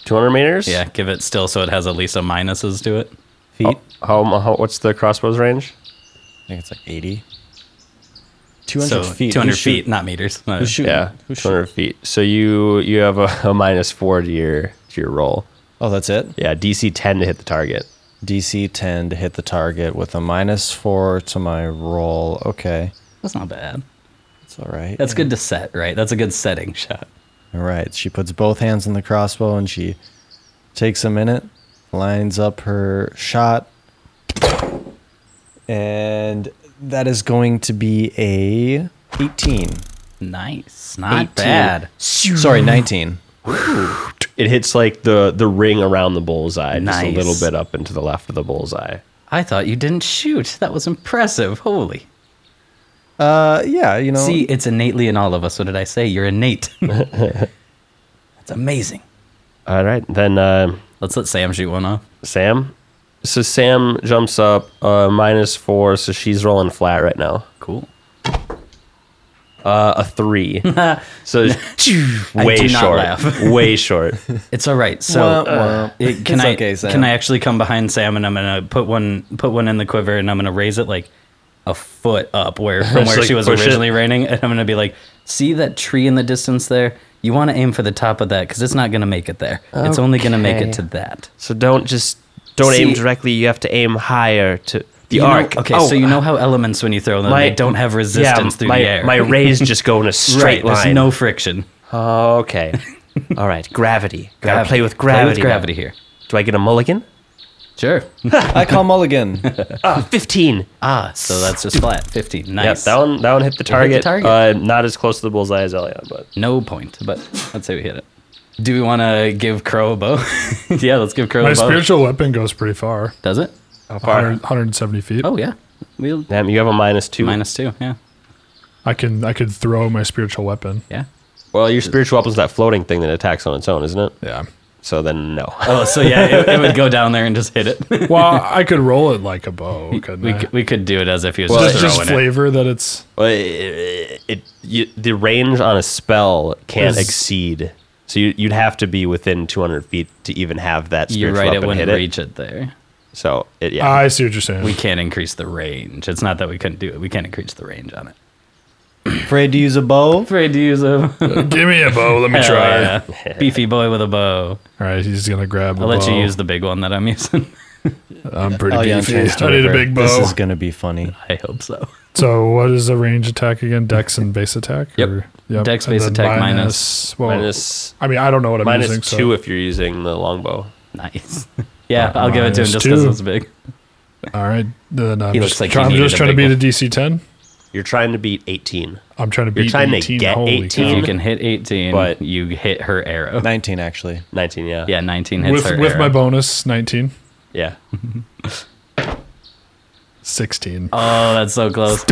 200 meters? Yeah, give it still so it has at least a minuses to it. Feet. How, how, what's the crossbows range? I Oh, think it's like 80. 200 so feet. 200 Who's shoot- feet, not meters. Uh, Who's shooting? Yeah, Who's two hundred shooting? feet. So you you have a, a minus four to your to your roll. Oh, that's it? Yeah, DC ten to hit the target. DC 10 to hit the target with a minus four to my roll. Okay. That's not bad. It's all right. That's good to set, right? That's a good setting shot. All right. She puts both hands in the crossbow and she takes a minute, lines up her shot. And that is going to be a 18. Nice. Not 18. bad. Sorry, 19. It hits like the the ring around the bullseye, just a Nice. little bit up and to the left of the bullseye. I thought you didn't shoot. That was impressive. Holy. Uh, yeah, you know. See, it's innately in all of us. What did I say? You're innate. That's amazing. All right, then uh, Let's let Sam shoot one off. Sam. So Sam jumps up uh, minus four, so she's rolling flat right now. Cool. Uh, a three. so it's way do not short. laugh. way short. It's all right. So Wah, uh, wah. it- can It's I okay, Sam. can I actually come behind Sam and I'm gonna put one put one in the quiver and I'm gonna raise it like a foot up where from Just, where like, she was push it. originally raining and I'm gonna be like, see that tree in the distance there? You want to aim for the top of that because it's not gonna make it there. It's only gonna make Okay. it to that. So don't just don't See- aim directly. You have to aim higher to the You know- arc. okay, Oh, so you know how elements when you throw them, my- they don't have yeah, resistance through my, the air. my rays just go in a straight right, line. Oh, there's no friction. Okay. All right. Gravity. Gotta Gravity. play with gravity. Play with now. gravity here. Do I get a mulligan? Sure. I call Mulligan. Ah, 15. ah, so that's just flat. 15. Yep, Nice. that one that one hit the target. hit the target. Uh, not as close to the bullseye as Elyon, but No point, but let's say we hit it. Do we want to give Crow a bow? yeah, let's give Crow My a bow. spiritual weapon goes pretty far. Does it? 100, 170 feet. Oh, yeah. We'll damn, you have a minus two. minus two. Yeah. I can I could throw my spiritual weapon. Yeah. Well, your spiritual weapon's that floating thing that attacks on its own, isn't it? Yeah. So then no. Oh, so yeah, it, it would go down there and just hit it. Well, I could roll it like a bow, couldn't we, I? c- we could do it as if he was Does just it throwing just it. flavor that it's Well, it, it you, the range on a spell can't Is- exceed. So you, you'd have to be within 200 feet to even have that You're spiritual right, it weapon wouldn't hit reach it there. it. So it, yeah, "Ah, I see what you're saying. We can't increase the range. It's not that we couldn't do it. We can't increase the range on it. Afraid to use a bow? Afraid to use a Give me a bow, let me Hell try. yeah. beefy boy with a bow. All right, he's gonna grab. I'll a let you bow. use the big one that I'm using. I'm pretty Oh, yeah, beefy. thanks to I need a River. big This bow. is gonna be funny. I hope so. so, what is the range attack again? Dex and base attack. Yep. or- Dex, and base then attack, minus. Well, minus I mean, I don't know what I'm minus using. two so- if you're using the longbow. Nice. Yeah, I'll give it to him minus just because two. it's big. All right. Then I'm He looks just, like he trying, I'm needed just a trying to big beat one. a DC 10. You're trying to beat 18. I'm trying to You're beat trying to 18. get Holy 18. If you Um, can hit 18, but- but you hit her arrow. 19 actually. 19, yeah. Yeah, 19 cow. hits With her with arrow. my bonus, 19, Yeah. 16. oh, that's so close.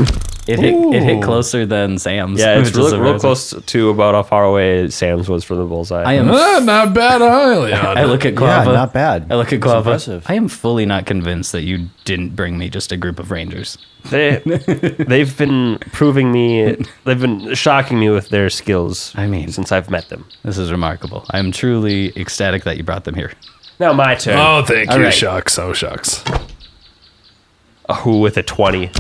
It hit, it hit closer than Sam's. Yeah, it's which is real, real surprising. close to about how far away Sam's was from the bullseye. I am. Ah, not bad, huh, I look at Yeah, Quava. not bad. I look at It's Quava. impressive. I am fully not convinced that you didn't bring me just a group of rangers. They, they've been proving me, they've been shocking me with their skills. I mean- since I've met them. This is remarkable. I am truly ecstatic that you brought them here. Now my turn. Oh, thank All you, right. shucks. Oh, shucks. Who with a 20.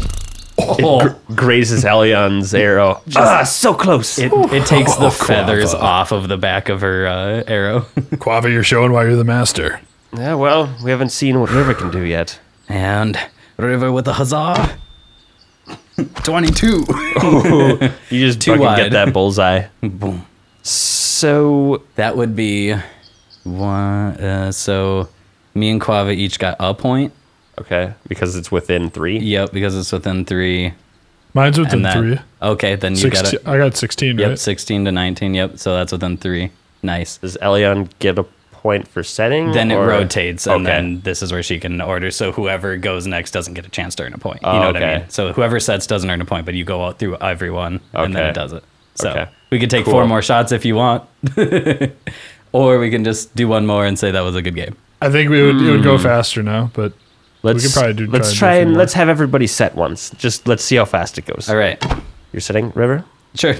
Oh. It gr- grazes Elyon's arrow. ah, so close. It, it takes Oh, the feathers off of the back of her uh, arrow. Quava, you're showing why you're the master. yeah, well, we haven't seen what River can do yet. and River with a huzzah. 22. You just Too fucking get wide. that bullseye. Boom. So, That would be one. Uh, so me and Quava each got a point. okay, because it's within three. Yep, because it's within three. Mine's within And that. three. Okay, then you got 16, it. I got 16, Yep, right? 16 to 19. Yep, so that's within three. Nice. Does Elyon get a point for setting? Then it or- rotates, and Okay. then this is where she can order. So whoever goes next doesn't get a chance to earn a point. You Oh, know what I okay. mean? So whoever sets doesn't earn a point, but you go out through everyone, and then Okay. it does it. So Okay. we could take four Cool. more shots if you want, or we can just do one more and say that was a good game. I think we would, it would Hmm. go faster now, but let's we could probably do. let's try try and do a few and more. let's have everybody set once. Just let's see how fast it goes. All right, You're setting River. sure.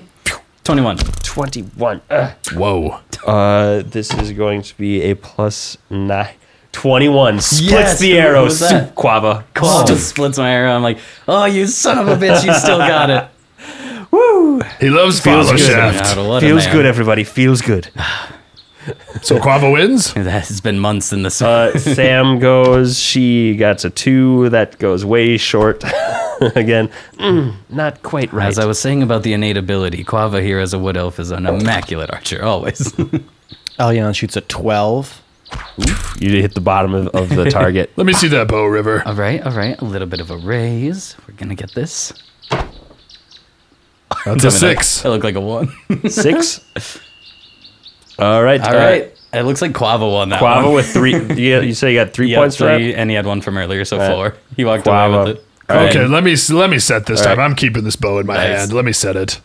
Twenty-one. Twenty-one. Ugh. Whoa! Uh, this is going to be a plus nine. Twenty-one splits the who arrow. was that? Quava. Oh, just splits my arrow. I'm like, oh, you son of a bitch! You still got it. He loves Quava good. Shaft. God, what a Feels man. good, everybody. Feels good. So Quava wins. That has been months in this. Uh, Sam goes. She got a two. That goes way short. Again, Mm, not quite right. As I was saying about the innate ability, Quava here as a wood elf is an immaculate archer, always. Alyon shoots at 12. you hit the bottom of, of the target. Let me see that bow, River. all right, all right. A little bit of a raise. We're going to get this. That's a six. I look like a one. Six. All right. uh, All right. It looks like Quava won that one. Quava with three. You, you say you got three Yeah, points for three, that? and he had one from earlier, so All right. four. He walked Quava. away with it. All right. Okay, let me let me set this time. right. I'm keeping this bow in my Nice. hand. Let me set it.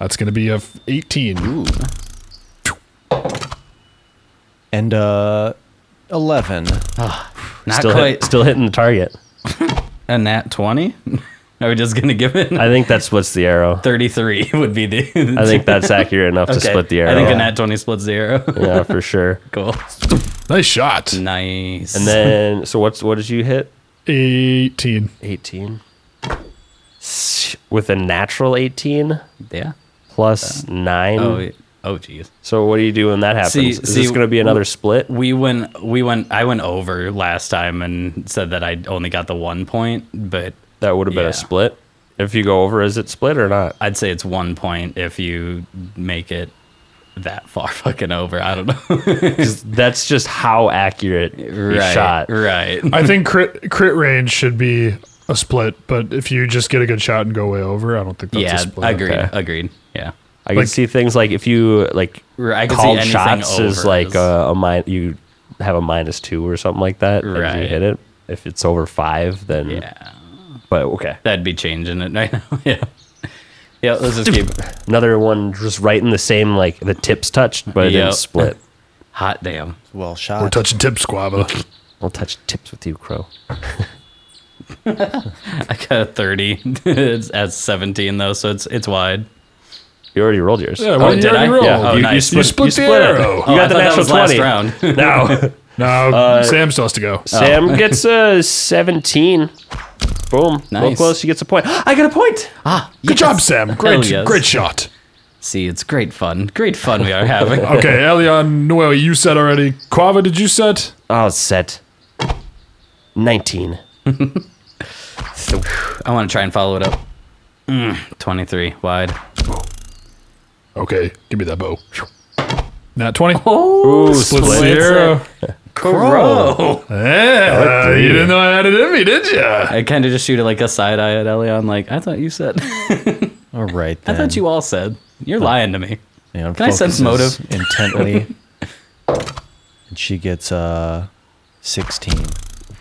That's gonna be a f- eighteen. And uh 11. Not Still, hit- quite still hitting the target. a nat 20. Are we just gonna give it? I think that's what's the arrow. 33 would be the. I think that's accurate enough to split the arrow. I think a nat 20 splits the arrow. yeah, for sure. cool. Nice shot. Nice. And then, so what's what did you hit? 18. 18 with a natural 18 yeah. plus 9 Oh, yeah. oh, jeez. so what do you do when that happens See- is this see, going to be another split We went. We went. I went over last time and said that I only got the one point, but that would have been yeah. a split if you go over is it split or not I'd say it's one point if you make it that far fucking over. I don't know. 'Cause that's just how accurate your right. shot Right. I think crit, crit range should be a split, but if you just get a good shot and go way over, I don't think that's a Yeah. split. Agreed. Okay. Agreed. Yeah. i can Like- see things like if you like R- I can see called anything shots is over like is- a, a min- you have a minus 2 or something like that if you Right. hit it if it's over 5 then Yeah. but okay That'd be changing it right now. yeah. Yeah. Let's just keep. another one just right in the same like the tips touched but it Yep. didn't split Hot damn. Well We're shot. touching tip squabble. I'll touch tips with you, Crow. I got a 30. it's at 17 though, so it's it's wide. You already rolled yours. Yeah, Oh, well, you did I? already rolled. Yeah, Oh, you, nice. you You split, split you the arrow. It. You Oh, I got the thought that natural was last 20. round. Now, uh, Now, Sam still has to go. Sam Oh. gets a 17. Boom. Nice. Real Nice. close. She gets a point. I got a point. Good job, Sam. Great, yes. great shot. See, it's great fun. Great fun we are having. Okay, Elion, Noel, you said already. Quava, did you set? Oh, it's set. 19. I want to try and follow it up. Mm, 23 wide. Okay, give me that bow. Not 20. Oh, Ooh, Split split. zero. Bro! Yeah, you didn't know I had it in me, did you? I kind of just shoot it like a side eye at Elion, like, I thought you said. All right I then. thought you all said. You're lying to me. Man Can I sense focuses intently? and she gets uh, sixteen.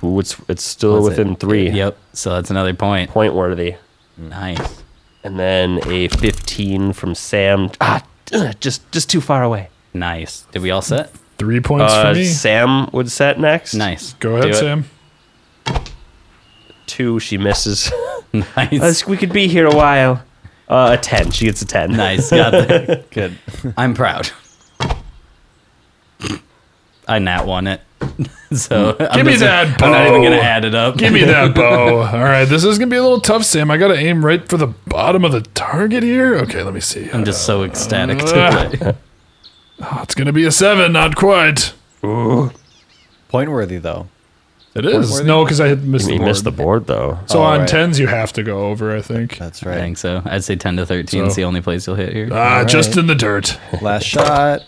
Ooh, it's, it's still Was it? within three. Yep. So that's another point. Point worthy. Nice. And then a 15 from Sam. Ah, just just too far away. Nice. Did we all set? Three points Uh, for me. Sam would set next. Nice. Go ahead, Do it. Sam. Two, she misses. Nice. Let's- we could be here a while. Uh, a 10. She gets a 10. nice. Got there. Good. I'm proud. I nat won it. so I'm Give me just- that I'm not even gonna bow. add it up. Give me that bow. All right, this is gonna be a little tough, Sam. I gotta aim right for the bottom of the target here. Okay, let me see. I'm just so ecstatic to play. Oh, it's gonna be a seven, not quite. Point worthy though. It is no, because I had missed the You board. missed the board though. So Oh, on right. tens, you have to go over. I think. That's I right. think so. I'd say 10 to 13 is So- the only place you'll hit here. Ah, All just right. in the dirt. Last shot.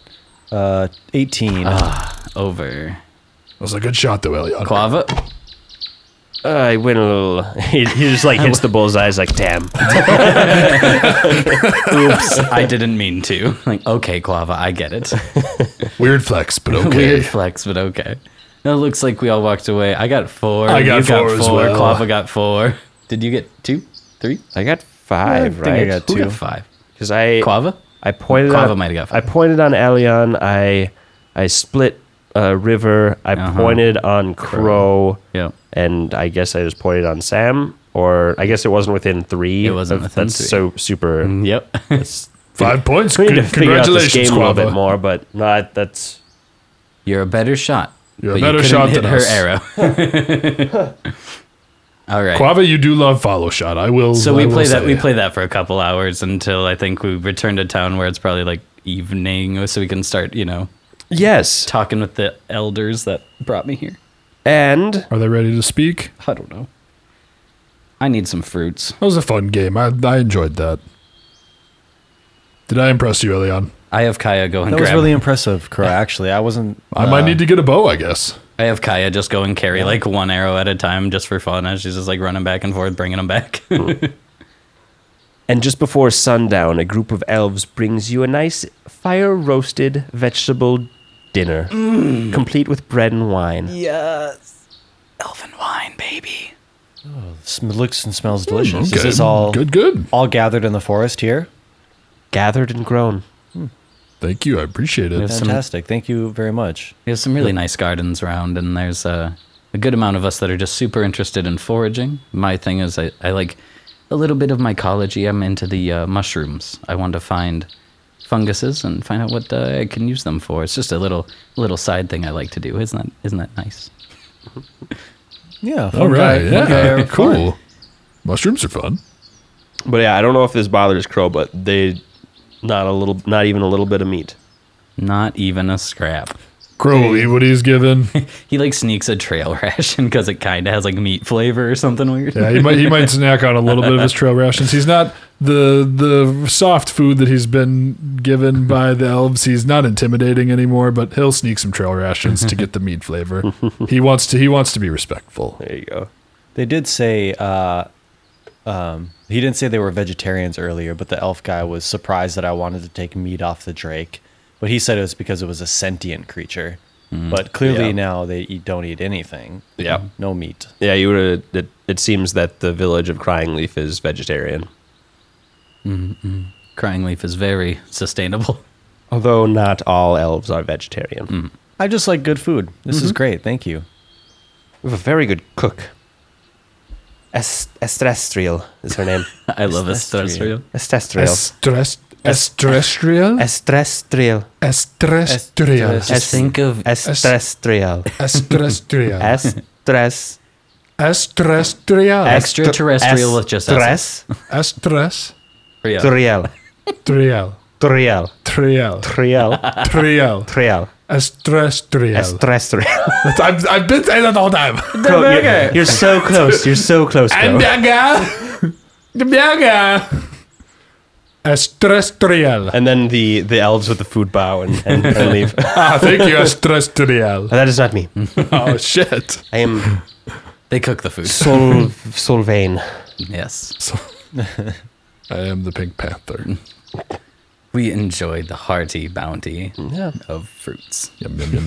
Uh, eighteen. Ah, Over. That was a good shot, though, Elliot. Quava? Uh, he went a little. He, he just like hits the bullseye's like damn. Oops. I didn't mean to. Like, okay, Quava, I get it. Weird flex, but okay. Weird flex, but okay. No, it looks like we all walked away. I got four. I got you four got as four. well. Quava got four. Did you get two? Three? I got I five, think I right? got Who two. got five? Because I Quava? I pointed Quava on, might have got I five. pointed on Alien. I I split uh, River. I Uh-huh. pointed on Crow, Yeah. and I guess I just pointed on Sam. Or I guess it wasn't within three. It wasn't of- within that's three. so super. Mm, Yep. That's, Five points. we need to Good- figure out this game Congratulations, a little bit Quava. more, but no, I, that's You're a better shot. You're a but better couldn't shot hit than her us. arrow. all right. Quava, you do love follow shot. I will. so I we will play that say. we play that for a couple hours until I think we return to town where it's probably like evening so we can start, you know, yes. talking with the elders that brought me here. And Are they ready to speak? I don't know. I need some fruits. That was a fun game. I, I enjoyed that. Did I impress you, Elion? I have Kaya go and That was grab. really impressive, Crow. Actually, I wasn't. uh, I might need to get a bow, I guess. I have Kaya just go and carry like one arrow at a time just for fun, and she's just like running back and forth, bringing them back. And just before sundown, a group of elves brings you a nice fire roasted vegetable dinner, Mm. complete with bread and wine. Elven wine, baby. Sm- looks and smells delicious. This Good. is all Hmm, good. Good. all gathered in the forest here. Gathered and grown. Thank you. I appreciate it. Yes. Some- Fantastic. Thank you very much. There's some really nice gardens around, and there's uh, a good amount of us that are just super interested in foraging. My thing is, I, I like a little bit of mycology. I'm into the uh, mushrooms. I want to find funguses and find out what uh, I can use them for. It's just a little little side thing I like to do. Isn't that isn't that nice? Yeah. All right. fungi- fungi yeah. are cool. fun. Mushrooms are fun. But yeah, I don't know if this bothers Crow, but they not a little, not even a little bit of meat. Not even a scrap. Crow will eat what he's given. He like sneaks a trail ration because it kind of has like meat flavor or something weird. Yeah, he might he might snack on a little bit of his trail rations. He's not the the soft food that he's been given by the elves. He's not intimidating anymore, but he'll sneak some trail rations to get the meat flavor. He wants to he wants to be respectful. There you go. They did say, uh, um, he didn't say they were vegetarians earlier, but the elf guy was surprised that I wanted to take meat off the drake. But he said it was because it was a sentient creature. Hmm. But clearly Yeah. now they eat, don't eat anything. Yeah, No meat. yeah. You would. It, it seems that the village of Crying Leaf is vegetarian, Crying leaf is very sustainable. although not all elves are vegetarian. I just like good food. This Mm-hmm. is great. Thank you. We have a very good cook. Es- Estrestrial is her name. I love Estrella. Estrella. Estrestrial. Estrest, estrestial? Estrestrial. Estrestrial. Just think of Estrestrial. Estrestrial. Estres. Estrestrial. Extraterrestrial with just stress. Estrestrial. yeah. Triel. Triel. Trial. Triel. Trial. Triel. Estrestrial. Estrestrial. I've, I've been saying that the whole time. Crow, you're, you're so close. You're so close, Crow. Andaga. Andaga. Estrestrial. And then the, the elves with the food bow and, and, and leave. Ah, thank you, Estrestrial. that is not me. Oh, shit. I am They cook the food. Sol Solvain. Yes. I am the Pink Panther. We enjoyed the hearty bounty Yeah. of fruits. Yum, yum, yum.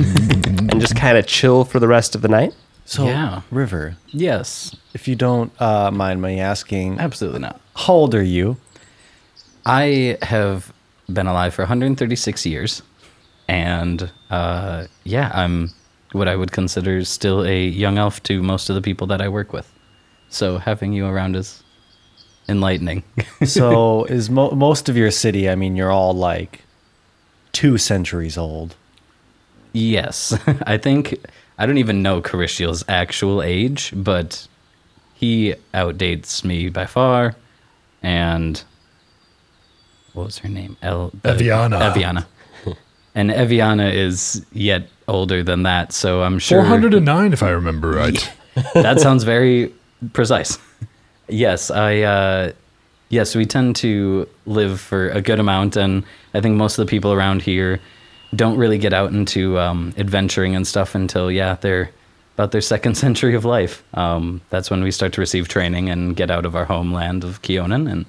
And just kind of chill for the rest of the night. So, Yeah. River, Yes. if you don't uh, mind me asking, Absolutely not. how old are you? I have been alive for 136 years, and uh, yeah, I'm what I would consider still a young elf to most of the people that I work with. So having you around is enlightening. So, is mo- most of your city, I mean, you're all like two centuries old. yes, I think I don't even know Carishiel's actual age, but he outdates me by far. And what was her name? El uh, Eviana. Eviana. and Eviana is yet older than that, so I'm sure 409, if I remember right. that sounds very precise. Yes, I. Uh, yes, we tend to live for a good amount, and I think most of the people around here don't really get out into um, adventuring and stuff until yeah, they're about their second century of life. Um, that's when we start to receive training and get out of our homeland of Keonan, and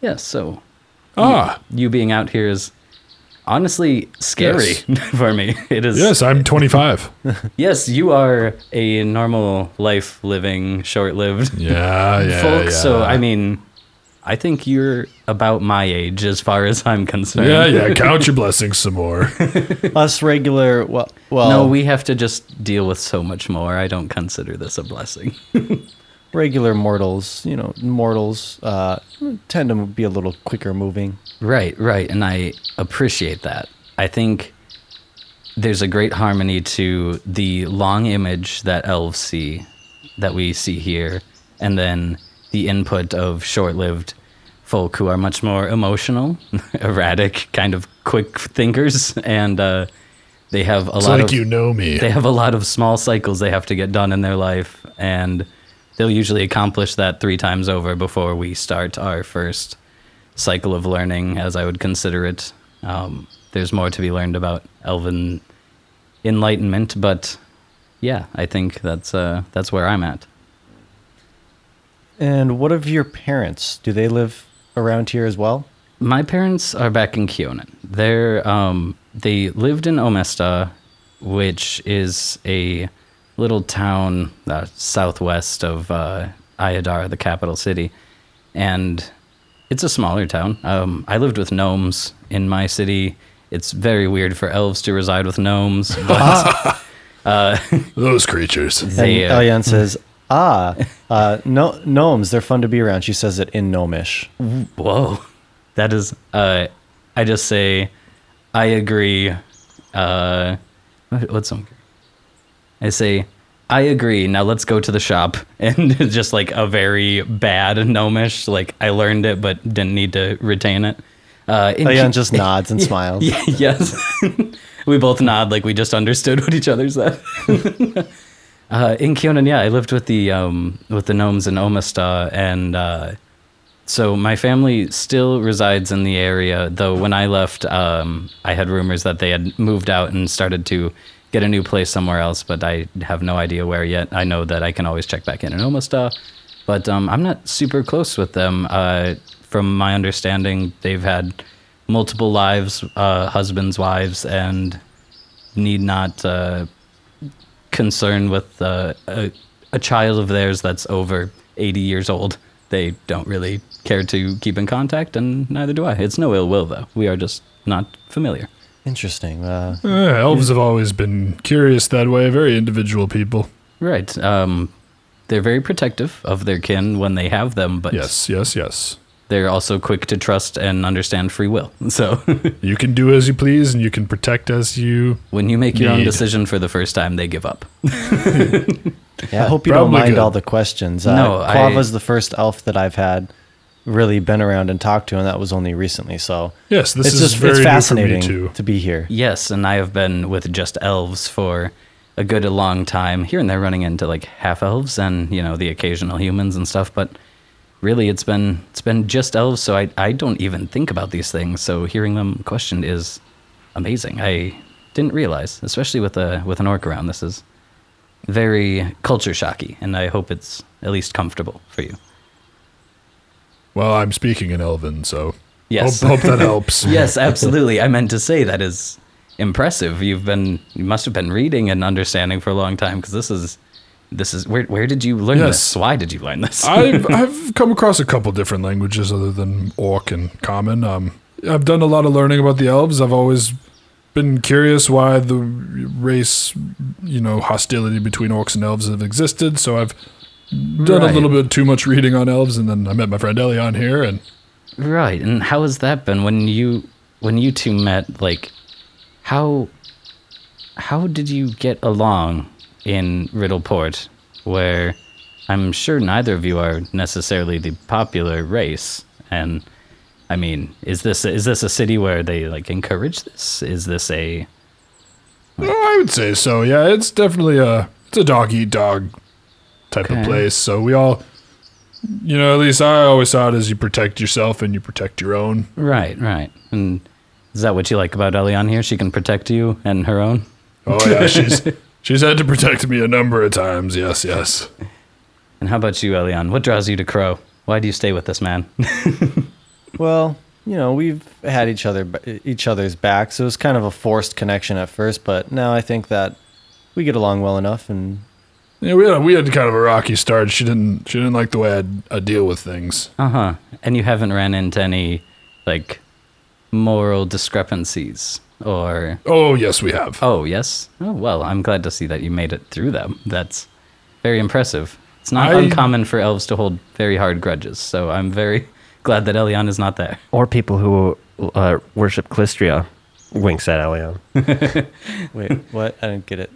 yeah, so Ah, you being out here is honestly scary for me. It is. yes, I'm 25. Yes, you are a normal life living, short lived Yeah, yeah. folk. yeah. So, I mean, I think you're about my age as far as I'm concerned. Yeah, yeah. Count your blessings some more. Us regular, well, well No, we have to just deal with so much more. I don't consider this a blessing. regular mortals, you know, mortals uh, tend to be a little quicker moving. Right, right. And I appreciate that. I think there's a great harmony to the long image that elves see, that we see here, and then the input of short lived folk who are much more emotional, erratic, kind of quick thinkers. And uh, they have a It's lot like of you know me. they have a lot of small cycles they have to get done in their life and they'll usually accomplish that three times over before we start our first cycle of learning as i would consider it um, there's more to be learned about elven enlightenment but yeah i think that's uh, that's where i'm at And what of your parents? Do they live around here as well? my parents are back in Keonan. They're um, they lived in Omesta, which is a little town uh, southwest of uh, Ayadara, the capital city, and it's a smaller town. Um, I lived with gnomes in my city. It's very weird for elves to reside with gnomes, but Those creatures. And they, uh, Elian says, Ah, uh, no, gnomes. They're fun to be around. She says it in gnomish. Whoa. That is uh I just say I agree. Uh what- what's some I say I agree. Now let's go to the shop. And it's just like a very bad gnomish, like I learned it but didn't need to retain it. Uh and Leon she- just nods Oh, and smiles. yeah, yes. we both nod like we just understood what each other said. uh, in Kionan, yeah, I lived with the um, with the gnomes in Omasta, and uh, so my family still resides in the area. Though when I left, um, I had rumors that they had moved out and started to get a new place somewhere else, but I have no idea where yet. I know that I can always check back in in Omasta, but um, I'm not super close with them. Uh, from my understanding, they've had multiple lives, uh, husbands, wives, and need not uh, concern with uh, a, a child of theirs that's over 80 years old. They don't really care to keep in contact, and neither do I. It's no ill will, though. We are just not familiar. Interesting. Uh, Eh, elves have always been curious that way, very individual people. Right. Um, they're very protective of their kin when they have them, but Yes, yes, yes. they're also quick to trust and understand free will. So You can do as you please and you can protect as you. when you make your own Need. decision for the first time, they give up. yeah, I hope you don't Probably mind good. all the questions. Uh, No, I- Quava's the first elf that I've had really been around and talked to, and that was only recently. So Yes, this it's is just very it's new fascinating for me too. to be here. Yes, and I have been with just elves for a good a long time. Here and there running into like half elves and, you know, the occasional humans and stuff, but really it's been it's been just elves, so I I don't even think about these things. So hearing them questioned is amazing. I didn't realize, especially with a with an orc around. This is very culture shocky, and I hope it's at least comfortable for you. Well, I'm speaking in Elven, so Yes. hope, hope that helps. yes, absolutely. I meant to say that is impressive. You've been you must have been reading and understanding for a long time because this is this is where where did you learn Yes. this? Why did you learn this? I've I've come across a couple different languages other than Orc and Common. Um, I've done a lot of learning about the elves. I've always been curious why the race, you know, hostility between orcs and elves have existed. So I've done a Right. little bit too much reading on elves, and then I met my friend Elion here, and right. And how has that been when you when you two met? Like how how did you get along in Riddleport, where I'm sure neither of you are necessarily the popular race and. I mean, is this is this a city where they like encourage this? Is this a I would say so. Yeah, it's definitely a it's a dog eat dog type Okay. of place. So we all, you know, at least I always saw it as you protect yourself and you protect your own. Right, right. And is that what you like about Elion here? She can protect you and her own? Oh yeah, she's she's had to protect me a number of times. Yes, yes. And how about you, Elion? What draws you to Crow? Why do you stay with this man? Well, you know, we've had each other each other's backs. So it was kind of a forced connection at first, but now I think that we get along well enough and Yeah, we had a, we had kind of a rocky start. She didn't she didn't like the way I'd, I deal with things. uh huh. And you haven't ran into any, like, moral discrepancies or. Oh yes, we have. Oh, yes? Oh, well, I'm glad to see that you made it through them. That's very impressive. It's not I- uncommon for elves to hold very hard grudges, so I'm very glad that Elion is not there. Or people who uh, worship Clistria. Winks at Elion. wait, what? I didn't get it.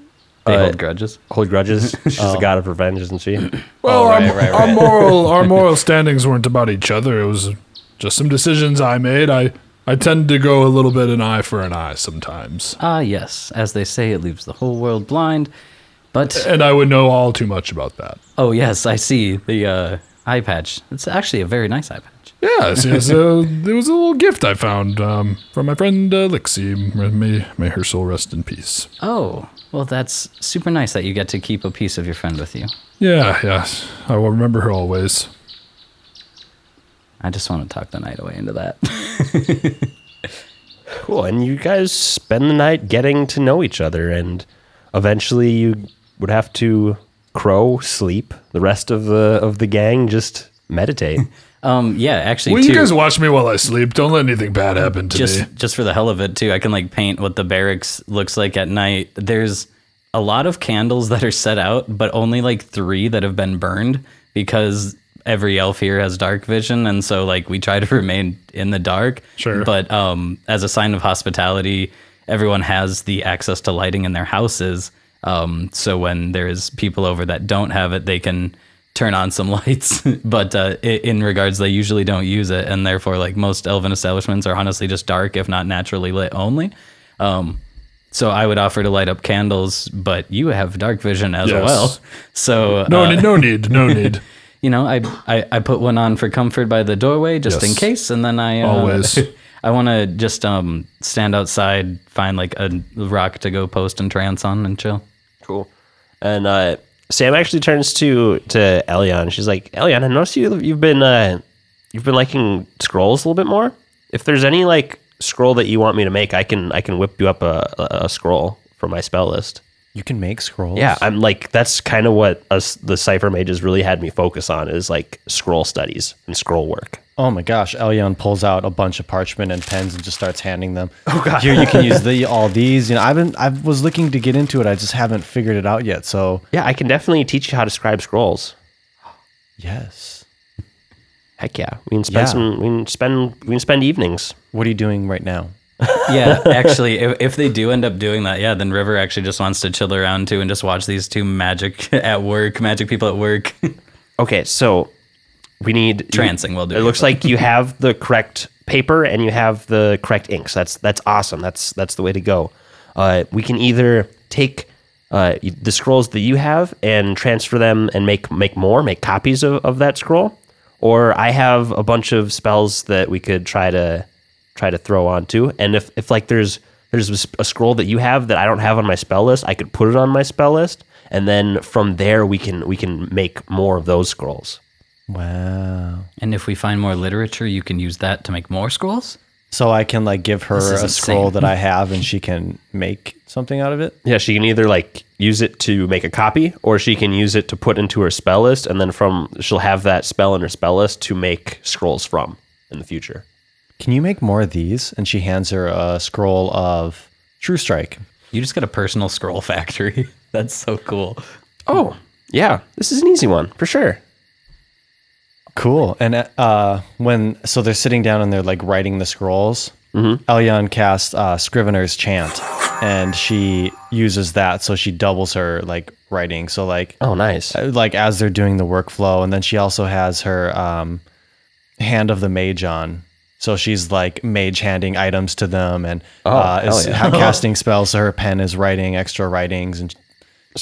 They Uh, hold grudges. Hold grudges. She's the god of revenge, isn't she? Well, Oh, our, right, right, our right. moral our moral standings weren't about each other. It was just some decisions I made. I I tend to go a little bit an eye for an eye sometimes, Ah, yes. As they say, it leaves the whole world blind. But, and I would know all too much about that. oh, yes, I see the uh, eye patch. It's actually a very nice eye patch. Yes, yes. uh, there was a little gift I found um, from my friend uh, Lixie. May may her soul rest in peace. Oh, well, that's super nice that you get to keep a piece of your friend with you. Yeah, yeah. I will remember her always. I just want to talk the night away into that. Cool. And you guys spend the night getting to know each other, and eventually you would have to crow, sleep. The rest of the of the gang just meditate. um, yeah, actually, Will too, you guys watch me while I sleep? Don't let anything bad happen to just uh, me. just for the hell of it, too, I can like paint what the barracks looks like at night. There's a lot of candles that are set out, but only like three that have been burned because every elf here has dark vision, and so like we try to remain in the dark. Sure. But um, as a sign of hospitality, everyone has the access to lighting in their houses. Um, so when there's people over that don't have it, they can turn on some lights. but uh, i- in regards, they usually don't use it, and therefore, like most elven establishments are honestly just dark, if not naturally lit only. Um, so I would offer to light up candles, but you have dark vision as Yes. well. So No, uh, need- no need, no need. you know, I, I I put one on for comfort by the doorway just in case, and then I uh, Always. I want to just um stand outside, find like a rock to go post and trance on and chill. Cool. And uh, Sam actually turns to to Elion. She's like, Elion, I noticed you you've been uh, you've been liking scrolls a little bit more. If there's any like scroll that you want me to make, I can I can whip you up a, a, a scroll from my spell list. You can make scrolls. Yeah, I'm like that's kind of what us the cipher mages really had me focus on is like scroll studies and scroll work. Oh my gosh, Elion pulls out a bunch of parchment and pens and just starts handing them. Oh god. Here you can use the all these. You know, I've been I was looking to get into it. I just haven't figured it out yet. So Yeah, I can definitely teach you how to scribe scrolls. yes. Heck yeah, we can spend Yeah. some we can spend we can spend evenings. What are you doing right now? Yeah, actually, if, if they do end up doing that, yeah, then River actually just wants to chill around too and just watch these two magic at work, magic people at work. Okay, so we need Trancing will do It it, looks like you have the correct paper and you have the correct inks. That's that's awesome. That's that's the way to go. Uh, we can either take uh, y- the scrolls that you have and transfer them and make make more, make copies of, of that scroll, or I have a bunch of spells that we could try to try to throw on to. And if if like there's there's a s- a scroll that you have that I don't have on my spell list, I could put it on my spell list, and then from there we can we can make more of those scrolls. Wow. and if we find more literature, you can use that to make more scrolls. So I can like give her a is scroll insane. that I have and she can make something out of it. Yeah, she can either like use it to make a copy, or she can use it to put into her spell list, and then from she'll have that spell in her spell list to make scrolls from in the future. Can you make more of these? And she hands her a scroll of True Strike. You just got a personal scroll factory. That's so cool. Oh, yeah, this is an easy one for sure. Cool. And uh, when so they're sitting down and they're like writing the scrolls. Mm-hmm. Elyon casts uh, Scrivener's Chant, and she uses that, so she doubles her like writing. So like Oh, nice. like as they're doing the workflow, and then she also has her um, hand of the mage on. So she's like mage handing items to them and uh, Oh, hell is yeah. ha- casting spells. So her pen is writing extra writings and she's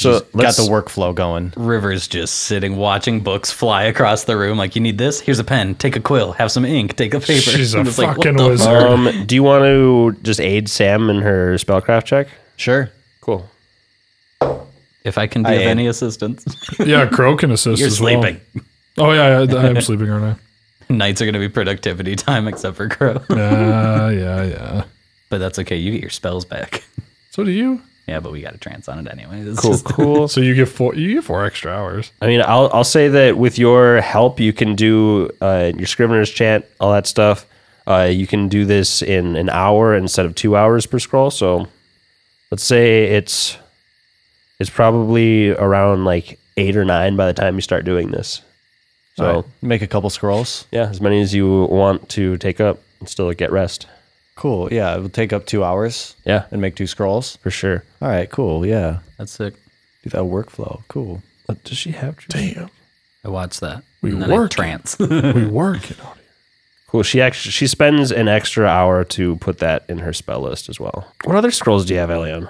So got let's- the workflow going. River's just sitting, watching books fly across the room. Like, you need this? Here's a pen. Take a quill. Have some ink. Take a paper. She's a I'm just like, what fucking the wizard. Um, do you want to just aid Sam in her spellcraft check? Sure. Cool. If I can be I of am. any assistance, Yeah, Crow can assist you're as well. sleeping. Oh yeah, yeah, I'm sleeping, aren't Nights are going to be productivity time, except for Crow. I? Yeah, yeah, yeah. but that's okay. You get your spells back. So do you? Yeah, but we got to trance on it anyway. It's Cool. just- Cool. So you get four. You get four extra hours. I mean, I'll I'll say that with your help, you can do uh, your scrivener's chant, all that stuff. Uh, you can do this in an hour instead of two hours per scroll. So, let's say it's it's probably around like eight or nine by the time you start doing this. So Make a couple scrolls. yeah, as many as you want to take up and still get rest. Cool. Yeah, it will take up two hours. Yeah. and make two scrolls. For sure. All right. Cool. Yeah, That's sick. do that workflow. Cool. But does she have? Damn, I watched that. We and then I work. trance. we work. it out. Cool. She actually she spends an extra hour to put that in her spell list as well. What other scrolls do you have, Elion?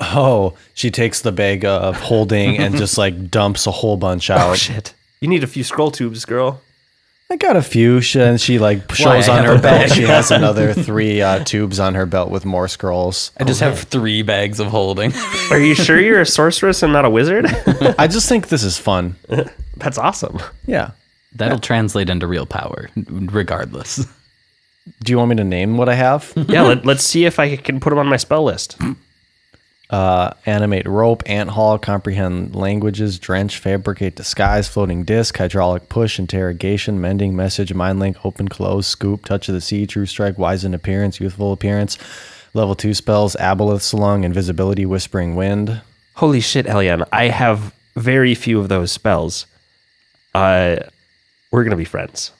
Oh, she takes the bag of holding and just like dumps a whole bunch Oh, out. Shit. You need a few scroll tubes, girl. I got a few, sh- and she like shows I on have her a belt. She has another three uh, tubes on her belt with more scrolls. I just have three bags of holding. Are you sure you're a sorceress and not a wizard? I just think this is fun. That's awesome. Yeah. That'll translate into real power, regardless. Do you want me to name what I have? Yeah, let, let's see if I can put them on my spell list. Uh, animate rope, ant haul, comprehend languages, drench, fabricate disguise, floating disc, hydraulic push, interrogation, mending, message, mind link, open, close, scoop, touch of the sea, true strike, wise in appearance, youthful appearance, level two spells, aboleth, slung, invisibility, whispering wind. holy shit, Elian, I have very few of those spells. Uh, we're gonna be friends.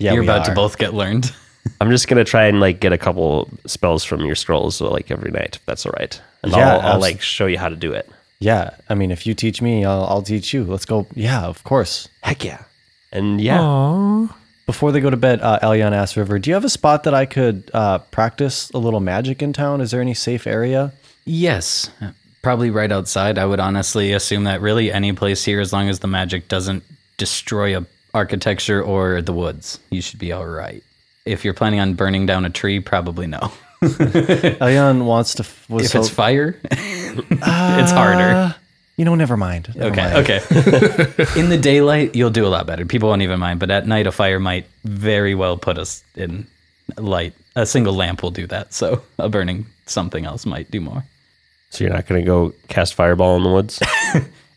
Yeah, You're we about to are. both get learned. I'm just gonna try and like get a couple spells from your scrolls like every night. If that's all right, and Yeah, I'll, I'll abs- like show you how to do it. Yeah, I mean, if you teach me, I'll, I'll teach you. Let's go. Yeah, of course. Heck yeah, and yeah, Before they go to bed, uh, Elion asks River, "Do you have a spot that I could uh, practice a little magic in town? Is there any safe area?" Yes, probably right outside. I would honestly assume that really any place here, as long as the magic doesn't destroy a architecture or the woods, you should be all right. If you're planning on burning down a tree, probably no. Elion wants to. f- Was If so- it's fire, it's harder. you know, never mind. Never mind. Okay, okay. in the daylight, you'll do a lot better. People won't even mind, but at night, a fire might very well put us in light. A single lamp will do that, so a burning something else might do more. so you're not gonna go cast fireball in the woods.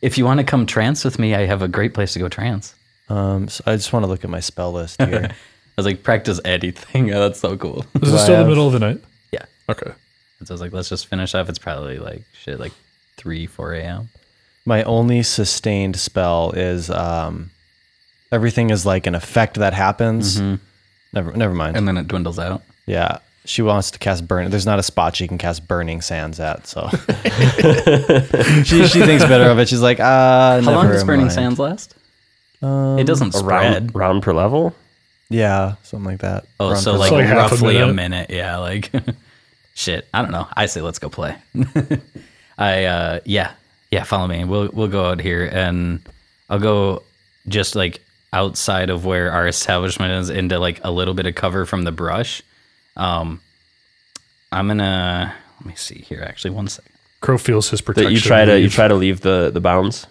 If you want to come trance with me, I have a great place to go trance. Um, so I just want to look at my spell list here. I was like, practice anything. Oh, that's so cool. Is it I still the have- middle of the night? yeah. Okay. So I was like, let's just finish up. It's probably like shit, like 3, 4 a.m. my only sustained spell is um, everything is like an effect that happens. Never, never mind. Mm-hmm. And then it dwindles out. yeah, she wants to cast burn. There's not a spot she can cast burning sands at, so she she thinks better of it. She's like, ah, How long never does Burning mind. Sands last? it doesn't spread. round, round per level. Yeah, something like that. Oh, Around so for- like, like half a roughly a minute. minute. Yeah, like shit. I don't know. I say let's go play. I uh yeah. Yeah, follow me. We'll we'll go out here and I'll go just like outside of where our establishment is into like a little bit of cover from the brush. Um I'm gonna let me see here actually one second. Crow feels his protection. That you try to you leave. try to leave the the bounds.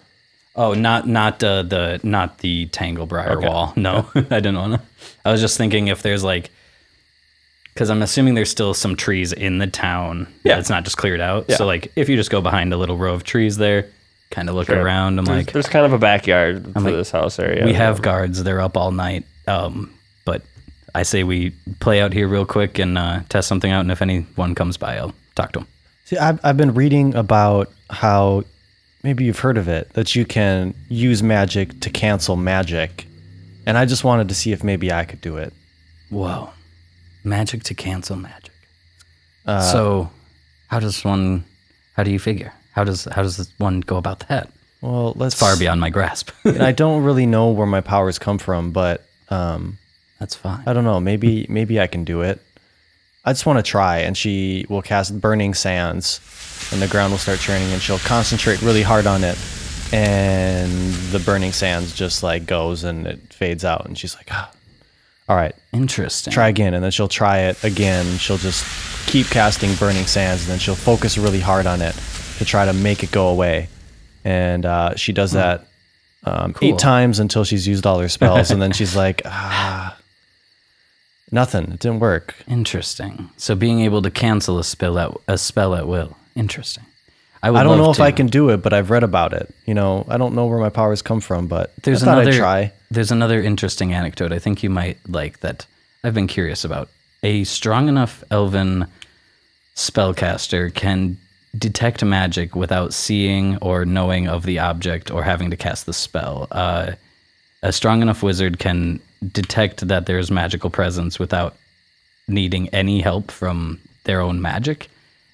Oh, not not uh, the not the Tanglebriar wall. No, I didn't want to. I was just thinking if there's like, because I'm assuming there's still some trees in the town. Yeah. it's not just cleared out. So like, if you just go behind a little row of trees there, kind of look around. I'm like, There's kind of a backyard for like, this house area. we have guards. They're up all night. Um, but I say we play out here real quick and uh, test something out. And if anyone comes by, I'll talk to them. See, I've, I've been reading about how maybe you've heard of it that you can use magic to cancel magic, and I just wanted to see if maybe I could do it. Whoa. Magic to cancel magic. Uh, so how does one how do you figure? How does how does one go about that? Well, let's Far beyond my grasp. And I don't really know where my powers come from, but um, That's fine. I don't know. Maybe maybe I can do it. I just want to try. And she will cast burning sands, and the ground will start churning, and she'll concentrate really hard on it, and the burning sands just like goes and it fades out, and she's like, ah, all right, Interesting. try again, and then she'll try it again. She'll just keep casting burning sands, and then she'll focus really hard on it to try to make it go away. And uh, she does Hmm. that um, eight times until she's used all her spells, and then she's like, ah, nothing. It didn't work. Interesting. So being able to cancel a spell at a spell at will. Interesting. I, would I don't love know if to. I can do it, but I've read about it. You know, I don't know where my powers come from, but there's I thought another I'd try. there's another interesting anecdote I think you might like that I've been curious about. A strong enough elven spellcaster can detect magic without seeing or knowing of the object or having to cast the spell. Uh, a strong enough wizard can detect that there's magical presence without needing any help from their own magic.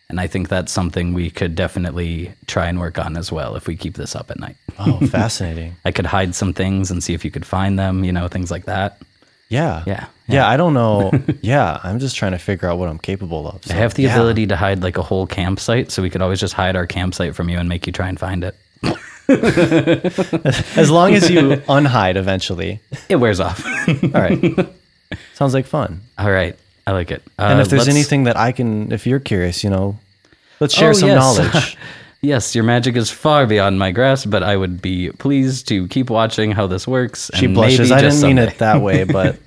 And I think that's something we could definitely try and work on as well if we keep this up at night. Oh, fascinating. I could hide some things and see if you could find them, you know, things like that. Yeah. Yeah. Yeah, I don't know. yeah, I'm just trying to figure out what I'm capable of. I so- have the yeah. ability to hide like a whole campsite, so we could always just hide our campsite from you and make you try and find it. As long as you unhide eventually. It wears off. All right. Sounds like fun. All right. I like it. Uh, And if there's let's- anything that I can, if you're curious, you know, let's share Oh, some yes. knowledge. Yes, your magic is far beyond my grasp, but I would be pleased to keep watching how this works. She and blushes. maybe I didn't just mean someday. it that way, but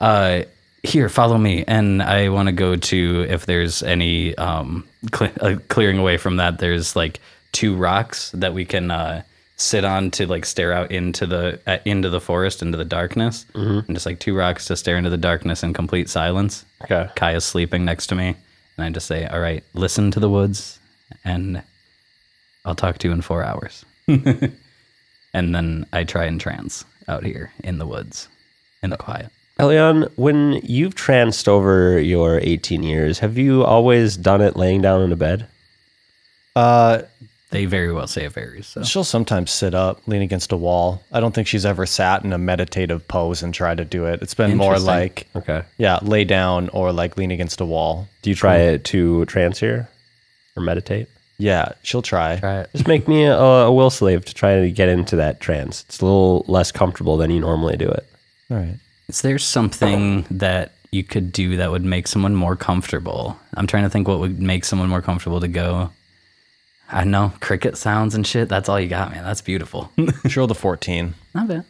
uh, here, follow me. And I want to go to if there's any um, cle uh, clearing away from that. There's like two rocks that we can uh, sit on to like stare out into the uh, into the forest, into the darkness, and just like two rocks to stare into the darkness in complete silence. Okay. Kaya's sleeping next to me, and I just say, "All right, listen to the woods and I'll talk to you in four hours. and then I try and trance out here in the woods, in the quiet. Elion, when you've tranced over your 18 years, have you always done it laying down in a bed? Uh, They very well say it varies. So she'll sometimes sit up, lean against a wall. I don't think she's ever sat in a meditative pose and tried to do it. It's been more Interesting. like, Okay. yeah, lay down or like lean against a wall. Do you try it to trance here or meditate? Yeah, she'll try. Just make me a, a will slave to try to get into that trance. It's a little less comfortable than you normally do it. All right. Is there something that you could do that would make someone more comfortable? I'm trying to think what would make someone more comfortable to go. I know cricket sounds and shit. That's all you got, man. That's beautiful. She rolled a 14. Not bad.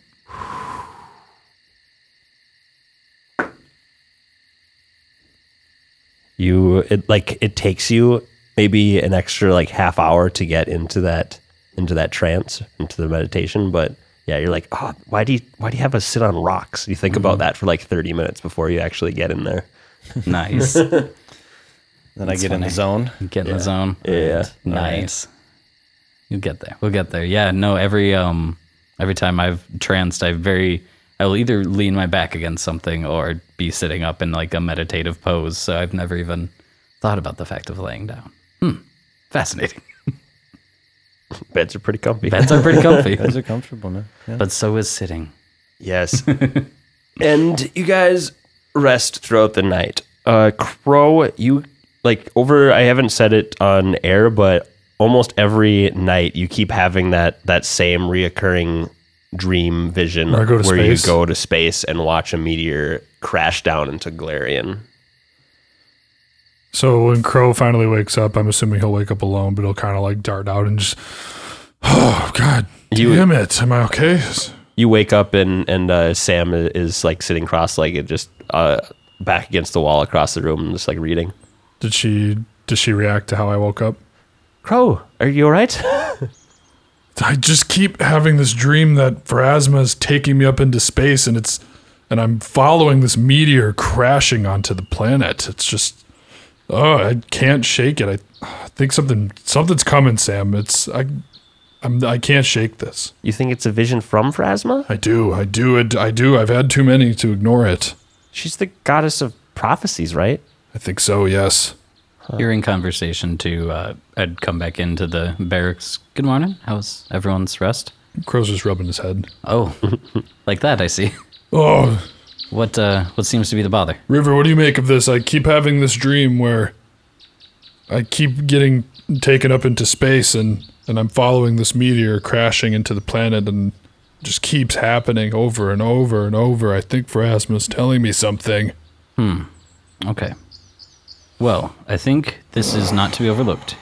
You it like it takes you maybe an extra like half hour to get into that into that trance, into the meditation, but yeah, you're like, "Oh, why do you why do you have us sit on rocks?" You think about that for like 30 minutes before you actually get in there. Nice. Then I get in the zone. Get in the zone. Yeah. Nice. You'll get there. We'll get there. Yeah. No. Every um, every time I've tranced, I've very, I will either lean my back against something or be sitting up in like a meditative pose. So I've never even thought about the fact of laying down. Hmm. Fascinating. Beds are pretty comfy. Beds are pretty comfy, Those are comfortable, man. Yeah. but so is sitting. Yes. and you guys rest throughout the night. Uh, Crow, you like over. I haven't said it on air, but almost every night you keep having that that same reoccurring dream vision I go to where space. you go to space and watch a meteor crash down into Galarian. So when Crow finally wakes up, I'm assuming he'll wake up alone, but he'll kind of like dart out and just, oh god, You- damn it, am I okay? You wake up and and uh, Sam is, is like sitting cross-legged, just uh, back against the wall across the room, just like reading. Did she did she react to how I woke up? Crow, are you all right? I just keep having this dream that Phrasma is taking me up into space, and it's and I'm following this meteor crashing onto the planet. It's just, oh, I can't shake it. I, I think something something's coming, Sam. It's I, I'm I can't shake this. you think it's a vision from Phrasma? I do, I do, it, I do. I've had too many to ignore it. She's the goddess of prophecies, right? I think so. Yes. You're in conversation to, uh, I'd come back into the barracks. Good morning. How's everyone's rest? Crow's just rubbing his head. Oh, like that. I see. Oh, What uh, what seems to be the bother? River, what do you make of this? I keep having this dream where I keep getting taken up into space and, and I'm following this meteor crashing into the planet and it just keeps happening over and over and over. I think Phrasma's telling me something. Okay. Well, I think this is not to be overlooked.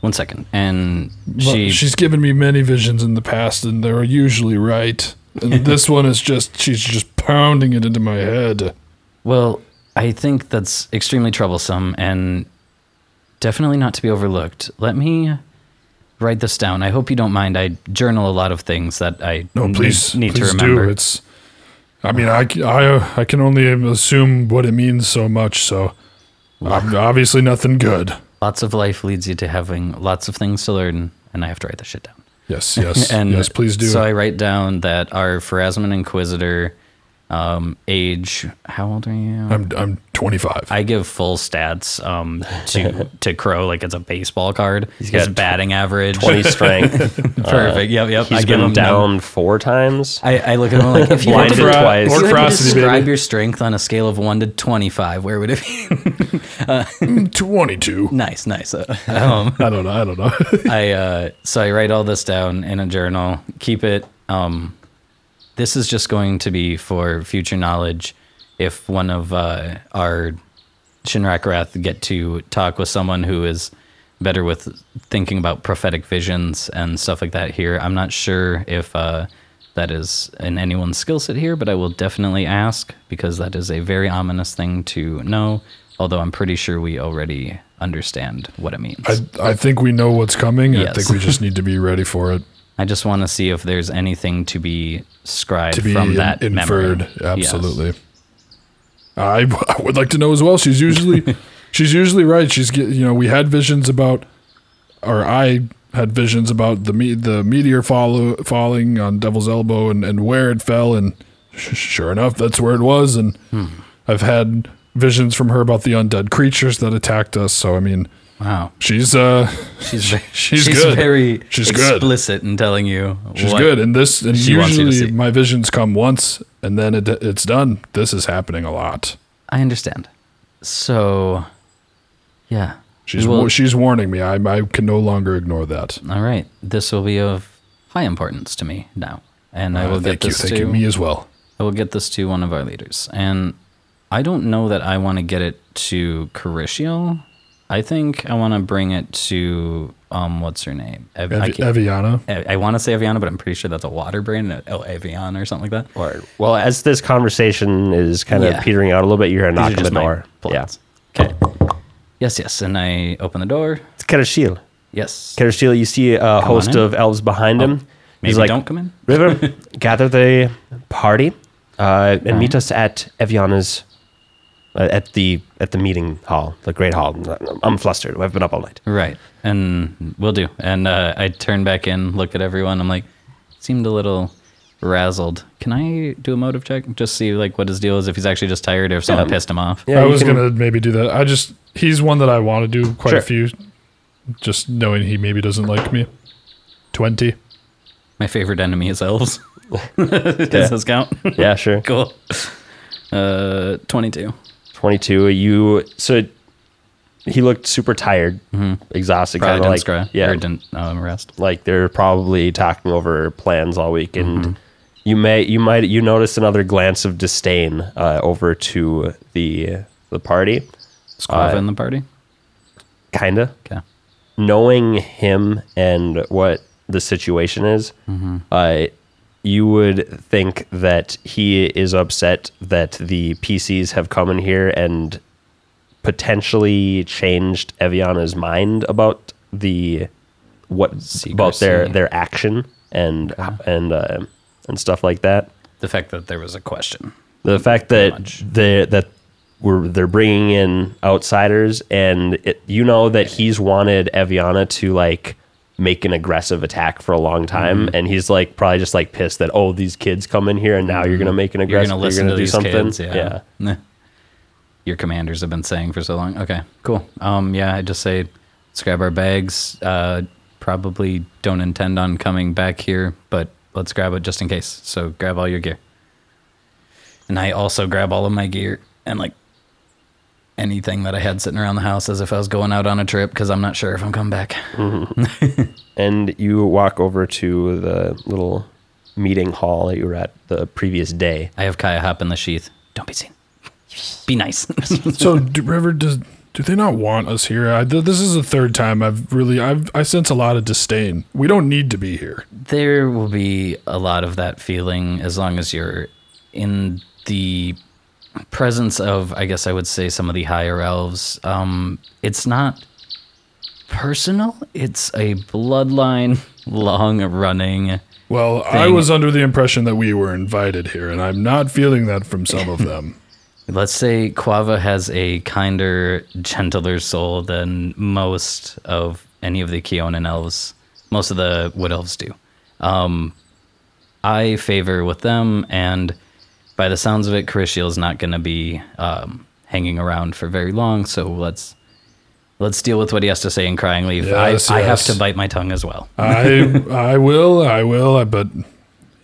One second. And But she. she's given me many visions in the past and they're usually right. And this one is just she's just pounding it into my head. Well, I think that's extremely troublesome and definitely not to be overlooked. Let me write this down. I hope you don't mind. I journal a lot of things that I No, n- please, need please to remember. do. It's, I mean, I, c- I- I can only assume what it means so much. So, ob- obviously, nothing good. Lots of life leads you to having lots of things to learn, and I have to write this shit down. Yes, yes, and yes. Please do. So I write down that our Pharasman Inquisitor, um, age. How old are you? I'm I'm 25. I give full stats um, to to Crow like it's a baseball card. His got batting average, 20 strength. Uh, perfect. yep, yep. He's I give been him down four times. I, I look at him like if you had Blinded to, Fra- twice. if you had to Orchrosity, describe baby. your strength on a scale of one to twenty five, where would it be? 22. nice, nice. Uh, um, I don't know. I don't know. I uh, so I write all this down in a journal. Keep it. Um, this is just going to be for future knowledge. If one of uh, our Shinrakrath get to talk with someone who is better with thinking about prophetic visions and stuff like that here, I'm not sure if uh, that is in anyone's skill set here, but I will definitely ask because that is a very ominous thing to know. Although I'm pretty sure we already understand what it means. I I think we know what's coming. I Yes. think we just need to be ready for it. I just want to see if there's anything to be scribed To be from in- that inferred. memory. Absolutely. I, w- I would like to know as well. She's usually she's usually right. She's get, you know we had visions about or I had visions about the me- the meteor follow- falling on Devil's Elbow and, and where it fell, and sh- sure enough, that's where it was. And Hmm. I've had visions from her about the undead creatures that attacked us. So I mean, Wow. she's uh, She's very, she's good. very She's good. explicit in telling you. she's what- good. And this, and She wants you to usually see. my visions come once and then it, it's done. This is happening a lot. I understand. So, yeah. She's We will- wa- she's warning me. I I can no longer ignore that. all right. This will be of high importance to me now, and I Uh, will get thank you, this thank to you. Me as well. I will get this to one of our leaders. And I don't know that I want to get it to Carishiel. I think I want to bring it to um, what's her name? Ev- I, Ev- can't- Eviana. I, want to say Aviana, but I'm pretty sure that's a water brand, uh, oh, Avian or something like that. Or, well, as this conversation is kind of Yeah. petering out a little bit, you hear a These are knock on the just my door. Yeah. plots. Okay. Yes, yes. And I open the door. It's Kerashil. Yes. Kerashil, you see a host in. Oh, of elves behind him. Maybe He's like, don't come in. River, gather the party uh, and Uh-huh. meet us at Eviana's, uh, at the at the meeting hall, the great hall. I'm flustered. I've been up all night. Right. And we'll do. And uh, I turn back in, look at everyone. I'm like, seemed a little razzled. Can I do a motive check? Just see like what his deal is, if he's actually just tired or if someone Yeah. pissed him off. Yeah, I you was can- gonna maybe do that. I just he's one that I want to do quite a Sure. few, just knowing he maybe doesn't like me. Twenty. My favorite enemy is elves. Does this count? Yeah, sure. cool. Uh, 22. 22 you so he looked super tired exhausted Mm-hmm. Probably kind of didn't like scry- yeah Or didn't um, rest. like they're probably talking over plans all week and you may you might you notice another glance of disdain uh, over to the the party Squava in the party. kinda Okay. knowing him and what the situation is, uh, you would think that he is upset that the PCs have come in here and potentially changed Eviana's mind about the what about their Secrecy. their action and and uh, and stuff like that. The fact that there was a question. The fact that much. they that we're they're bringing in outsiders, and it, you know that he's wanted Eviana to like make an aggressive attack for a long Mm-hmm. time, and he's like probably just like pissed that oh these kids come in here and now you're gonna make an Mm-hmm. You're aggressive going to listen to do these something kids. Yeah. Nah. Your commanders have been saying for so long. Okay, cool. Um, yeah, I just say, let's grab our bags. Uh, probably don't intend on coming back here, but let's grab it just in case. So grab all your gear. And I also grab all of my gear and like anything that I had sitting around the house as if I was going out on a trip because I'm not sure if I'm coming back. and you walk over to the little meeting hall that you were at the previous day. I have Kaya hop in the sheath. Don't be seen. Be nice. So do, River does. Do they not want us here? I, th- this is the third time I've really I've I sense a lot of disdain. We don't need to be here. there will be a lot of that feeling as long as you're in the presence of i guess i would say some of the higher elves um it's not personal it's a bloodline long running Well, I Thing- was under the impression that we were invited here, and I'm not feeling that from some of them. let's say quava has a kinder gentler soul than most of any of the keonan elves most of the wood elves do Um, I favor with them, and by the sounds of it, Carishiel is not going to be um, hanging around for very long. So let's let's deal with what he has to say and cry and leave. Yes, I, I have yes. Uh, to bite my tongue as well. I I will I will. I but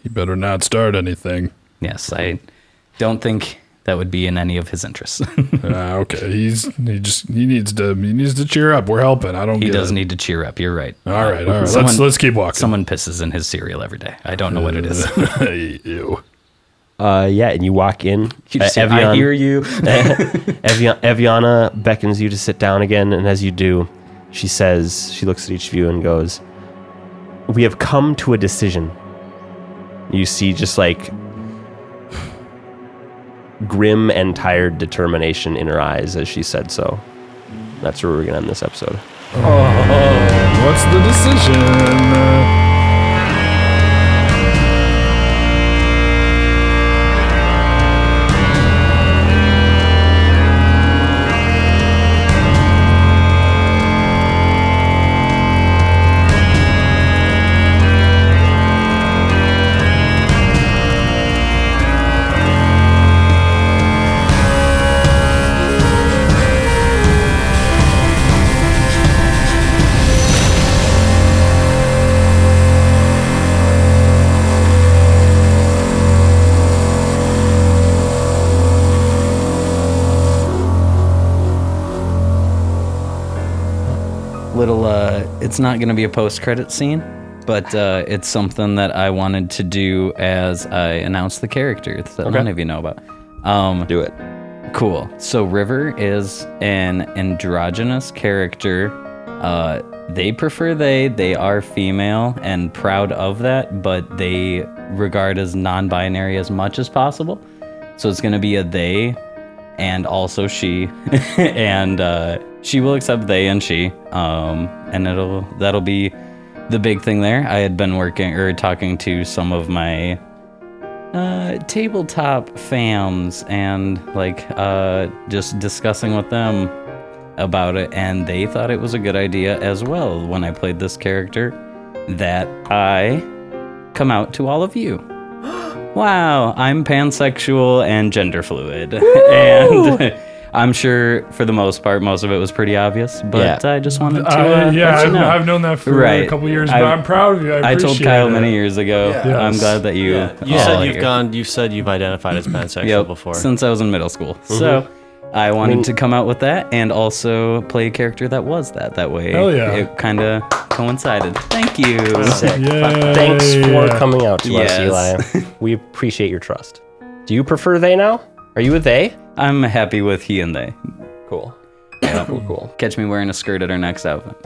you better not start anything. Yes, I don't think that would be in any of his interests. Ah, okay, he's he just he needs to he needs to cheer up. We're helping. I don't. he get does it. need to cheer up. You're right. All right, all right. let's Someone- let's keep walking. Someone pisses in his cereal every day. I don't know what it is. Ew. Uh, yeah, and you walk in. You just Uh, hear, I Evian- hear you. Evian- Eviana beckons you to sit down again, and as you do, she says, she looks at each of you and goes, We have come to a decision. You see, just like grim and tired determination in her eyes as she said so. That's where we're going to end this episode. What's the decision? little. Uh, it's not going to be a post-credit scene, but uh, it's something that I wanted to do as I announced the characters that none of you know about. Um, Do it. Cool. So River is an androgynous character. Uh, they prefer they. They are female and proud of that, but they regard as non-binary as much as possible. So it's going to be a they, and also she, and uh, she will accept they and she. Um, and it'll that'll be the big thing there. I had been working or talking to some of my uh, tabletop fams and like uh, just discussing with them about it, and they thought it was a good idea as well when I played this character that I come out to all of you. wow, I'm pansexual and gender fluid, and I'm sure for the most part, most of it was pretty obvious, but I just wanted to. Uh, I, yeah, let you I've, know. I've known that for Right. a couple years, I- but I'm proud of you. I, I told appreciate Kyle it. many years ago. Yeah. I'm glad that you. You all said are you've here. gone. You said you've identified as pansexual Yep, before. Since I was in middle school. So I wanted to come out with that and also play a character that was that. That way Hell yeah. it kind of coincided. Thank you. Yay. Thanks for coming out to us, Yes. Eli. We appreciate your trust. Do you prefer they now? Are you a they? I'm happy with he and they. Cool. cool, cool. Catch me wearing a skirt at our next outfit.